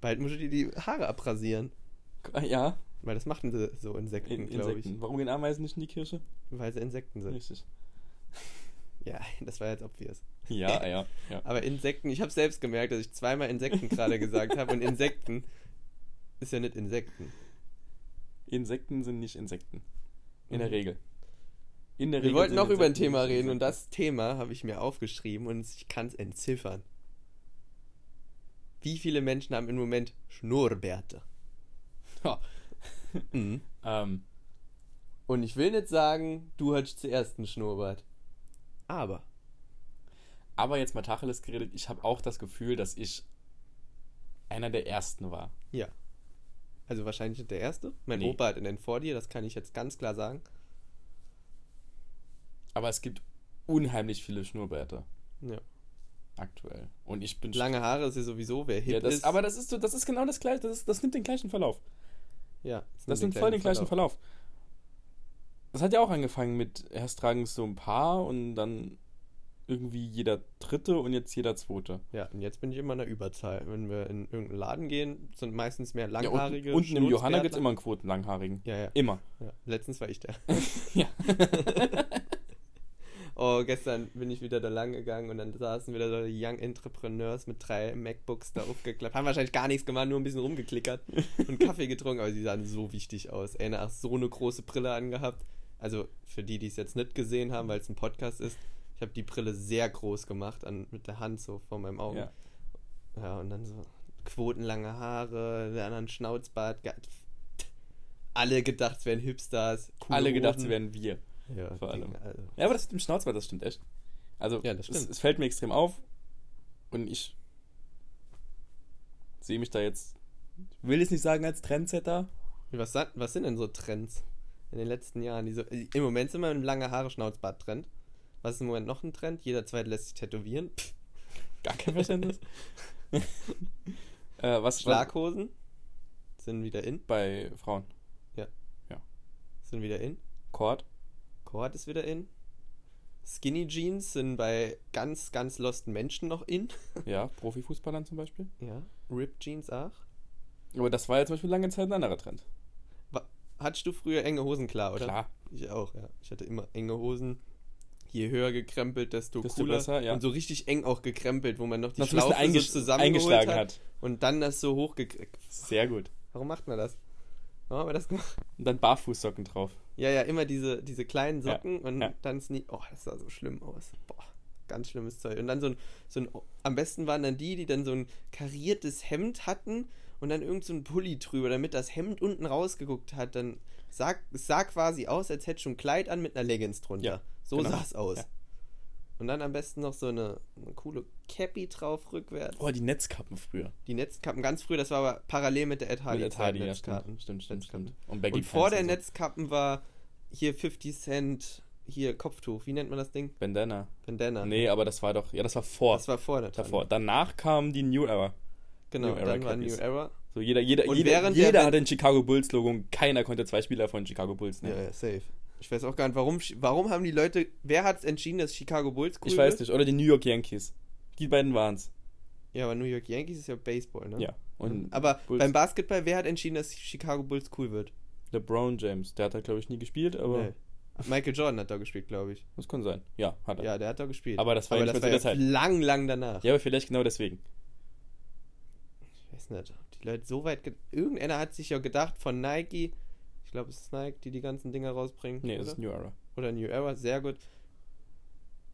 [SPEAKER 3] Bald musst du dir die Haare abrasieren.
[SPEAKER 2] ja,
[SPEAKER 3] Weil das machen sie so Insekten,
[SPEAKER 2] in,
[SPEAKER 3] glaube ich.
[SPEAKER 2] Insekten. Warum gehen Ameisen nicht in die Kirche?
[SPEAKER 3] Weil sie Insekten sind.
[SPEAKER 2] Richtig.
[SPEAKER 3] Ja, [laughs] das war jetzt obvious.
[SPEAKER 2] Ja, ja, ja.
[SPEAKER 3] Aber Insekten, ich habe selbst gemerkt, dass ich zweimal Insekten gerade gesagt habe. Und Insekten ist ja nicht Insekten.
[SPEAKER 2] Insekten sind nicht Insekten. In der
[SPEAKER 3] Mhm.
[SPEAKER 2] Regel. In der
[SPEAKER 3] Wir wollten
[SPEAKER 2] sind
[SPEAKER 3] noch über ein
[SPEAKER 2] Insekten
[SPEAKER 3] Thema
[SPEAKER 2] nicht
[SPEAKER 3] reden und
[SPEAKER 2] Insekten.
[SPEAKER 3] das Thema habe ich mir aufgeschrieben und ich kann es entziffern. Wie viele Menschen haben im Moment Schnurrbärte?
[SPEAKER 2] Ha.
[SPEAKER 3] Mhm.
[SPEAKER 2] Ähm,
[SPEAKER 3] Und ich will nicht sagen, du hattest zuerst einen Schnurrbart. Aber.
[SPEAKER 2] aber jetzt mal Tacheles geredet, ich habe auch das Gefühl, dass ich einer der ersten war.
[SPEAKER 3] Ja. Also wahrscheinlich nicht der erste. Mein
[SPEAKER 2] Nee.
[SPEAKER 3] Opa hat einen vor dir, das kann ich jetzt ganz klar sagen.
[SPEAKER 2] Aber es gibt unheimlich viele Schnurrbärte
[SPEAKER 3] Ja.
[SPEAKER 2] aktuell. Und ich bin
[SPEAKER 3] Lange Haare ist ja sowieso, wer hip
[SPEAKER 2] Ja, das,
[SPEAKER 3] ist.
[SPEAKER 2] aber das ist so, das ist genau das gleiche, das, ist, das nimmt den gleichen Verlauf.
[SPEAKER 3] ja,
[SPEAKER 2] Das
[SPEAKER 3] sind
[SPEAKER 2] nimmt voll den gleichen Verlauf. Das hat ja auch angefangen mit erst tragen es so ein paar und dann irgendwie jeder dritte und jetzt jeder zweite.
[SPEAKER 3] Ja, und jetzt bin ich immer in der Überzahl. Wenn wir in irgendeinen Laden gehen, sind meistens mehr
[SPEAKER 2] Ja,
[SPEAKER 3] langhaarige.
[SPEAKER 2] unten, unten im Johanna gibt es
[SPEAKER 3] Schnurzbärtler.
[SPEAKER 2] immer einen Quotenlanghaarigen. [laughs]
[SPEAKER 3] Ja, ja,
[SPEAKER 2] Immer.
[SPEAKER 3] ja. Letztens war ich der.
[SPEAKER 2] Ja.
[SPEAKER 3] [laughs] Oh, gestern bin ich wieder da lang gegangen und dann saßen wieder so Young Entrepreneurs mit drei MacBooks da aufgeklappt. Haben wahrscheinlich gar nichts gemacht, nur ein
[SPEAKER 2] [laughs]
[SPEAKER 3] bisschen rumgeklickert und Kaffee getrunken, aber sie sahen so wichtig aus. Ey, nach so eine große Brille angehabt. Also für die, die es jetzt nicht gesehen haben, weil es ein Podcast ist, ich habe die Brille sehr groß gemacht an, mit der Hand so vor meinem Augen.
[SPEAKER 2] Ja.
[SPEAKER 3] Ja, und dann so quotenlange Haare, der anderen Schnauzbart. ge- Alle gedacht, es wären Hipsters. coole
[SPEAKER 2] Alle gedacht,
[SPEAKER 3] Hoden.
[SPEAKER 2] sie wären wir.
[SPEAKER 3] Ja,
[SPEAKER 2] vor allem.
[SPEAKER 3] Ding, Also.
[SPEAKER 2] Ja, aber das mit dem Schnauzbart, das stimmt echt. Also,
[SPEAKER 3] Ja, das
[SPEAKER 2] Es,
[SPEAKER 3] stimmt.
[SPEAKER 2] es fällt mir extrem auf und ich sehe mich da jetzt, ich will jetzt nicht sagen als Trendsetter,
[SPEAKER 3] Was, sa- was sind denn so Trends in den letzten Jahren? Die so, äh, Im Moment sind wir im lange Haare Schnauzbart Trend. Was ist im Moment noch ein Trend? Jeder zweite lässt sich tätowieren. Pff,
[SPEAKER 2] gar kein Verständnis. [laughs] äh, was, was
[SPEAKER 3] Schlaghosen sind wieder in,
[SPEAKER 2] bei Frauen?
[SPEAKER 3] sind wieder in.
[SPEAKER 2] Cord?
[SPEAKER 3] Cord ist wieder in. Skinny Jeans sind bei ganz ganz losten Menschen noch in.
[SPEAKER 2] Ja, Profifußballern zum Beispiel.
[SPEAKER 3] Ja, Rip Jeans auch.
[SPEAKER 2] Aber das war ja zum Beispiel lange Zeit ein anderer Trend.
[SPEAKER 3] Hattest du früher enge Hosen klar, oder?
[SPEAKER 2] Klar.
[SPEAKER 3] Ich auch, ja. Ich hatte immer enge Hosen. Je höher gekrempelt, desto,
[SPEAKER 2] Desto
[SPEAKER 3] cooler.
[SPEAKER 2] besser, ja.
[SPEAKER 3] Und so richtig eng auch gekrempelt, wo man noch die
[SPEAKER 2] Dass man es
[SPEAKER 3] Schlaufe so
[SPEAKER 2] eingesch-
[SPEAKER 3] zusammengeholt
[SPEAKER 2] eingeschlagen
[SPEAKER 3] hat.
[SPEAKER 2] hat.
[SPEAKER 3] Und dann das so hochgekriegt.
[SPEAKER 2] Sehr gut.
[SPEAKER 3] Warum macht man das? Warum haben wir das gemacht?
[SPEAKER 2] Und dann Barfußsocken drauf.
[SPEAKER 3] Ja, ja, immer diese, diese kleinen
[SPEAKER 2] Ja,
[SPEAKER 3] Socken und
[SPEAKER 2] ja.
[SPEAKER 3] dann Sneak. Oh, das sah so schlimm aus. Boah, ganz schlimmes Zeug. Und dann so ein, so ein. Am besten waren dann die, die dann so ein kariertes Hemd hatten und dann irgend so ein Pulli drüber, damit das Hemd unten rausgeguckt hat. Dann sah, es sah quasi aus, als hätte schon ein Kleid an mit einer Leggings drunter.
[SPEAKER 2] Ja,
[SPEAKER 3] so
[SPEAKER 2] genau.
[SPEAKER 3] sah es aus.
[SPEAKER 2] Ja.
[SPEAKER 3] Und dann am besten noch so eine, eine coole Cappy drauf rückwärts.
[SPEAKER 2] Oh, die Netzkappen früher.
[SPEAKER 3] Die Netzkappen ganz früh, das war aber parallel mit der Ed Hardy.
[SPEAKER 2] Mit Ed Hardy,
[SPEAKER 3] Zeit, ne,
[SPEAKER 2] ja,
[SPEAKER 3] Netzkarten.
[SPEAKER 2] stimmt. Stimmt, stimmt,
[SPEAKER 3] Netzkappen.
[SPEAKER 2] stimmt. Und, Baggy
[SPEAKER 3] Und vor
[SPEAKER 2] Pants
[SPEAKER 3] der
[SPEAKER 2] so.
[SPEAKER 3] Netzkappen war hier 50 Cent, hier Kopftuch, wie nennt man das Ding?
[SPEAKER 2] Bandana.
[SPEAKER 3] Bandana.
[SPEAKER 2] Nee, aber das war doch, ja, das war vor.
[SPEAKER 3] Das war vor der
[SPEAKER 2] davor. Danach kam die New Era.
[SPEAKER 3] Genau,
[SPEAKER 2] New Era
[SPEAKER 3] dann war New
[SPEAKER 2] Cappies.
[SPEAKER 3] Era.
[SPEAKER 2] So jeder, jeder,
[SPEAKER 3] Und
[SPEAKER 2] jeder,
[SPEAKER 3] während
[SPEAKER 2] jeder
[SPEAKER 3] der-
[SPEAKER 2] hatte ein Chicago Bulls Logo und keiner konnte zwei Spieler von Chicago Bulls nehmen.
[SPEAKER 3] Ja, ja, safe. Ich weiß auch gar nicht, warum, warum haben die Leute, wer hat es entschieden, dass Chicago Bulls cool
[SPEAKER 2] ich weiß
[SPEAKER 3] wird?
[SPEAKER 2] nicht. Oder die New York Yankees. Die beiden waren's.
[SPEAKER 3] Ja, aber New York Yankees ist ja Baseball, ne?
[SPEAKER 2] Ja. Und
[SPEAKER 3] Aber
[SPEAKER 2] Bulls-
[SPEAKER 3] beim Basketball, wer hat entschieden, dass Chicago Bulls cool wird?
[SPEAKER 2] LeBron James, der hat da glaube ich nie gespielt, aber
[SPEAKER 3] Nee. Michael Jordan hat da gespielt, glaube ich.
[SPEAKER 2] das kann sein. Ja, hat er. Ja,
[SPEAKER 3] Ja, der hat da gespielt.
[SPEAKER 2] Aber das war ja nicht mehr zu der Zeit.
[SPEAKER 3] lang, lang danach.
[SPEAKER 2] aber vielleicht genau deswegen.
[SPEAKER 3] Ich weiß nicht, ob die Leute so weit. ge- Irgendeiner hat sich ja gedacht von Nike. Ich glaube, es ist Nike, die die ganzen Dinger rausbringen.
[SPEAKER 2] Nee, das
[SPEAKER 3] oder?
[SPEAKER 2] ist New Era.
[SPEAKER 3] oder New Era, sehr gut.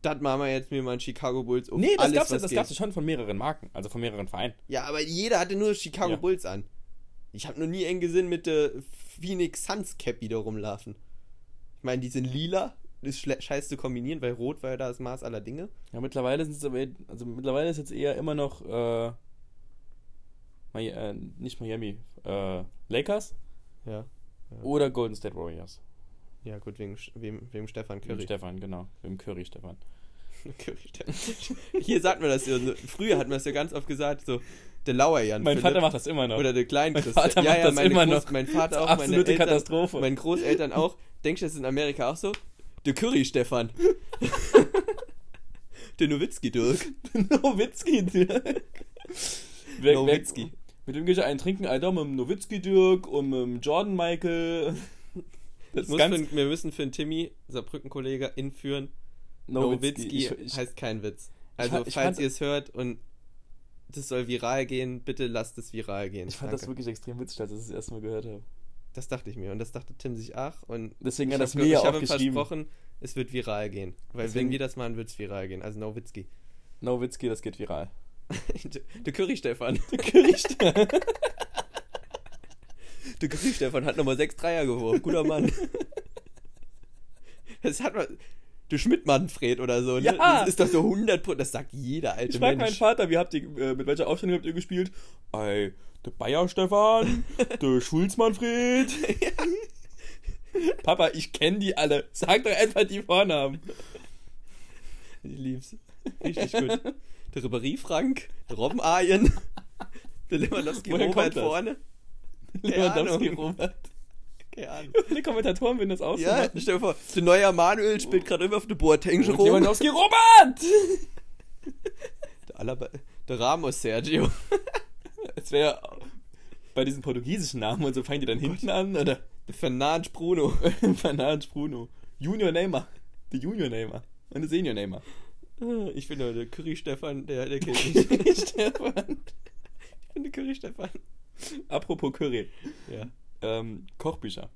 [SPEAKER 3] Das machen wir jetzt mir mal in Chicago Bulls um.
[SPEAKER 2] Nee, das
[SPEAKER 3] alles,
[SPEAKER 2] gab's, ja-
[SPEAKER 3] was
[SPEAKER 2] das
[SPEAKER 3] geht.
[SPEAKER 2] gab's ja schon von mehreren Marken, also von mehreren Vereinen.
[SPEAKER 3] Ja, aber jeder hatte nur Chicago
[SPEAKER 2] Ja.
[SPEAKER 3] Bulls an. Ich habe noch nie einen gesehen mit der Phoenix Suns Cap, die da rumlaufen. Ich meine, die sind lila. Das ist schle- scheiß zu kombinieren, weil rot war ja da das Maß aller Dinge.
[SPEAKER 2] Ja, mittlerweile sind es aber, also mittlerweile ist jetzt eher immer noch, äh, Mi äh nicht Miami, äh, Lakers
[SPEAKER 3] Ja.
[SPEAKER 2] oder Golden State Warriors.
[SPEAKER 3] Ja, gut, wegen, Sch- wem, wegen Stefan
[SPEAKER 2] Curry.
[SPEAKER 3] Curry.
[SPEAKER 2] Stefan, genau. Im Curry, Stefan.
[SPEAKER 3] Curry Stefan. [laughs] Hier sagt man das ja. so- Früher hat man das ja ganz oft gesagt, so der Lauerjan.
[SPEAKER 2] Mein
[SPEAKER 3] Philipp.
[SPEAKER 2] Vater macht das immer noch.
[SPEAKER 3] Oder der kleinen
[SPEAKER 2] Mein
[SPEAKER 3] Christian.
[SPEAKER 2] Vater
[SPEAKER 3] ja,
[SPEAKER 2] macht
[SPEAKER 3] ja,
[SPEAKER 2] das
[SPEAKER 3] meine
[SPEAKER 2] immer
[SPEAKER 3] Groß-
[SPEAKER 2] noch.
[SPEAKER 3] Mein Vater auch, meine
[SPEAKER 2] Absolute
[SPEAKER 3] Eltern,
[SPEAKER 2] Katastrophe.
[SPEAKER 3] meinen Großeltern auch. Denkst du, das ist in Amerika auch so? Der
[SPEAKER 2] [laughs]
[SPEAKER 3] Curry, Stefan. der Nowitzki, Dirk.
[SPEAKER 2] Nowitzki, Dirk. Wer,
[SPEAKER 3] Nowitzki.
[SPEAKER 2] Wer, mit dem gehe ich einen trinken, Alter, mit dem Nowitzki, Dirk und mit dem Jordan Michael. Das
[SPEAKER 3] Ich muss für, wir müssen für den Timmy, Saarbrücken-Kollege, inführen. Nowitzki
[SPEAKER 2] Ich, ich,
[SPEAKER 3] heißt kein Witz.
[SPEAKER 2] Ich
[SPEAKER 3] Also,
[SPEAKER 2] fand- ich
[SPEAKER 3] falls
[SPEAKER 2] fand-
[SPEAKER 3] ihr es hört und das soll viral gehen, bitte lasst es viral gehen.
[SPEAKER 2] ich fand das
[SPEAKER 3] Danke.
[SPEAKER 2] wirklich extrem witzig, als ich das erste Mal gehört habe.
[SPEAKER 3] das dachte ich mir. Und das dachte Tim sich auch. Und
[SPEAKER 2] Deswegen
[SPEAKER 3] ich
[SPEAKER 2] hat das
[SPEAKER 3] hab
[SPEAKER 2] mir
[SPEAKER 3] ge-
[SPEAKER 2] ja
[SPEAKER 3] ich
[SPEAKER 2] auch
[SPEAKER 3] habe
[SPEAKER 2] geschrieben.
[SPEAKER 3] versprochen, es wird viral gehen. Weil
[SPEAKER 2] Deswegen-
[SPEAKER 3] wenn wir das machen, wird es viral gehen. Also Nowitzki.
[SPEAKER 2] [laughs] Nowitzki, das geht viral.
[SPEAKER 3] Der Curry [laughs] Stefan. Der Curry Stefan.
[SPEAKER 2] [laughs]
[SPEAKER 3] Der Curry Stefan hat nochmal sechs Dreier geworfen. Guter Mann. [laughs] Das hat man. Der Schmidt-Manfred oder so. Ne?
[SPEAKER 2] Ja.
[SPEAKER 3] Das ist doch so 100 Pro. Das sagt jeder alte
[SPEAKER 2] Ich frage meinen
[SPEAKER 3] Mensch.
[SPEAKER 2] Vater, wie habt ihr, äh, mit welcher Aufstellung habt ihr gespielt? Ey, der Bayer [laughs] Stefan, der Schulz [laughs] Manfred. Papa, ich kenne die alle. Sag doch einfach die Vornamen.
[SPEAKER 3] Ich lieb's.
[SPEAKER 2] [laughs]
[SPEAKER 3] Richtig gut. Der Ribéry Frank. Der Robben Arjen. [laughs] Der Lewandowski
[SPEAKER 2] Woher kommt
[SPEAKER 3] Robert
[SPEAKER 2] das?
[SPEAKER 3] vorne. Keine Ahnung.
[SPEAKER 2] Lewandowski, Robert. [laughs]
[SPEAKER 3] Keine Ahnung.
[SPEAKER 2] Die Kommentatoren würden das auch so
[SPEAKER 3] Ja,
[SPEAKER 2] machen.
[SPEAKER 3] stell dir vor, der neue Manuel spielt gerade immer auf der Boateng
[SPEAKER 2] Oh. Und
[SPEAKER 3] rum.
[SPEAKER 2] Lewandowski, Robert!
[SPEAKER 3] Der, Alaba, der Ramos Sergio.
[SPEAKER 2] Es wäre bei diesen portugiesischen Namen und so fangen die dann hinten an, oder? [laughs]
[SPEAKER 3] Der Fernand Bruno. [laughs]
[SPEAKER 2] Fernandes Bruno. Junior Neymar. Der Junior Neymar. Eine Senior-Neymar.
[SPEAKER 3] Ich bin der Curry-Stefan, der, der killt mich.
[SPEAKER 2] [laughs] Stefan.
[SPEAKER 3] ich bin der Curry-Stefan.
[SPEAKER 2] [laughs] Apropos Curry.
[SPEAKER 3] Ja.
[SPEAKER 2] Ähm, Kochbücher.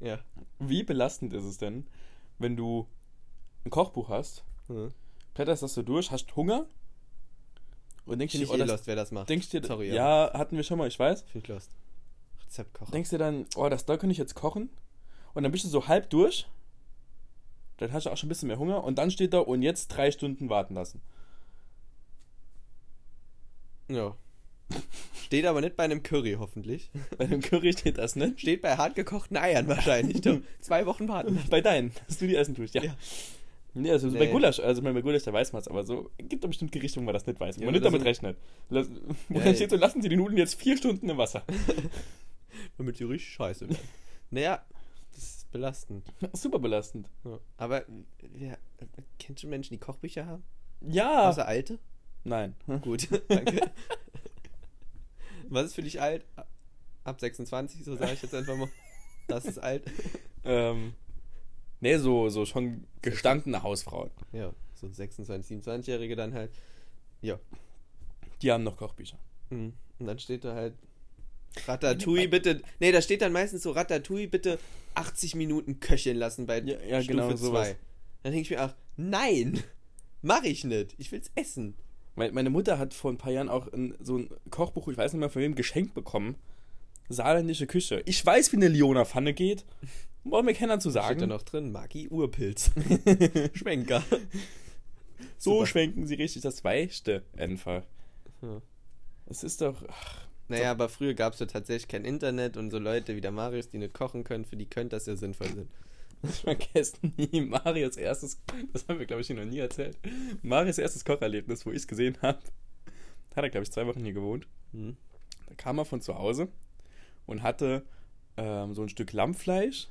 [SPEAKER 3] Ja.
[SPEAKER 2] Wie belastend ist es denn, wenn du ein Kochbuch hast,
[SPEAKER 3] Hm.
[SPEAKER 2] blätterst das so durch, hast Hunger und denkst
[SPEAKER 3] Finde ich
[SPEAKER 2] dir, oh,
[SPEAKER 3] eh
[SPEAKER 2] das,
[SPEAKER 3] lost, wer das macht.
[SPEAKER 2] denkst dir,
[SPEAKER 3] Sorry,
[SPEAKER 2] ja, hatten wir schon mal, ich weiß.
[SPEAKER 3] Finde ich lost. Rezeptkocher.
[SPEAKER 2] Denkst dir dann, oh, das Doll könnte ich jetzt kochen und dann bist du so halb durch, dann hast du auch schon ein bisschen mehr Hunger und dann steht da und jetzt drei Stunden warten lassen.
[SPEAKER 3] Ja. Steht aber nicht bei einem Curry, hoffentlich.
[SPEAKER 2] Bei dem Curry steht das, ne?
[SPEAKER 3] Steht bei hart gekochten Eiern wahrscheinlich. doch. Zwei Wochen warten.
[SPEAKER 2] [laughs] Bei deinen, dass du die essen tust, ja.
[SPEAKER 3] Ja.
[SPEAKER 2] Nee, also bei
[SPEAKER 3] Nee.
[SPEAKER 2] Gulasch, also bei Gulasch, da weiß man es, aber so, gibt doch bestimmt Gerichte, wo man das nicht weiß, wo
[SPEAKER 3] Ja,
[SPEAKER 2] man
[SPEAKER 3] oder
[SPEAKER 2] nicht damit
[SPEAKER 3] so-
[SPEAKER 2] rechnet. Lass, wo
[SPEAKER 3] Ja,
[SPEAKER 2] dann
[SPEAKER 3] ja.
[SPEAKER 2] steht so, lassen Sie die Nudeln jetzt vier Stunden im Wasser.
[SPEAKER 3] Damit die richtig scheiße werden. Naja, das ist belastend.
[SPEAKER 2] [laughs] Super belastend.
[SPEAKER 3] Ja. Aber ja, kennst du Menschen, die Kochbücher haben?
[SPEAKER 2] Ja!
[SPEAKER 3] Außer alte?
[SPEAKER 2] Nein.
[SPEAKER 3] Gut, [laughs] danke. Was ist für dich alt? Ab 26, so sage ich jetzt einfach mal. Das ist alt.
[SPEAKER 2] Ähm, nee, so, so schon gestandene Hausfrauen.
[SPEAKER 3] Ja, so 26, 27-Jährige dann halt.
[SPEAKER 2] Die haben noch Kochbücher.
[SPEAKER 3] Mhm. Und dann steht da halt Ratatouille bitte. Nee, da steht dann meistens so Ratatouille bitte 80 Minuten köcheln lassen bei
[SPEAKER 2] Ja, ja, genau,
[SPEAKER 3] Stufe 2.
[SPEAKER 2] sowas.
[SPEAKER 3] Dann denke ich mir, ach, nein, mach ich nicht. Ich will's essen.
[SPEAKER 2] Meine, meine Mutter hat vor ein paar Jahren auch ein, so ein Kochbuch, ich weiß nicht mehr von wem, geschenkt bekommen. Saarländische Küche. Ich weiß, wie eine Leona Pfanne geht. Wollen mir keiner zu
[SPEAKER 3] Steht da
[SPEAKER 2] sagen.
[SPEAKER 3] noch drin, Maki [laughs] Urpilz. Schwenker.
[SPEAKER 2] So
[SPEAKER 3] Super.
[SPEAKER 2] schwenken sie richtig das Weichte einfach.
[SPEAKER 3] Ja.
[SPEAKER 2] Es ist doch. [laughs] Ach,
[SPEAKER 3] Naja, aber früher gab es ja tatsächlich kein Internet und so Leute wie der Marius, die nicht kochen können, für die könnte das ja sinnvoll sein.
[SPEAKER 2] ich vergesse [laughs] nie Marios erstes. Das haben wir, glaube ich, noch nie erzählt. Marios erstes Kocherlebnis, wo ich es gesehen habe. Hat er, glaube ich, zwei Wochen hier gewohnt.
[SPEAKER 3] Hm.
[SPEAKER 2] Da kam er von zu Hause und hatte ähm, so ein Stück Lammfleisch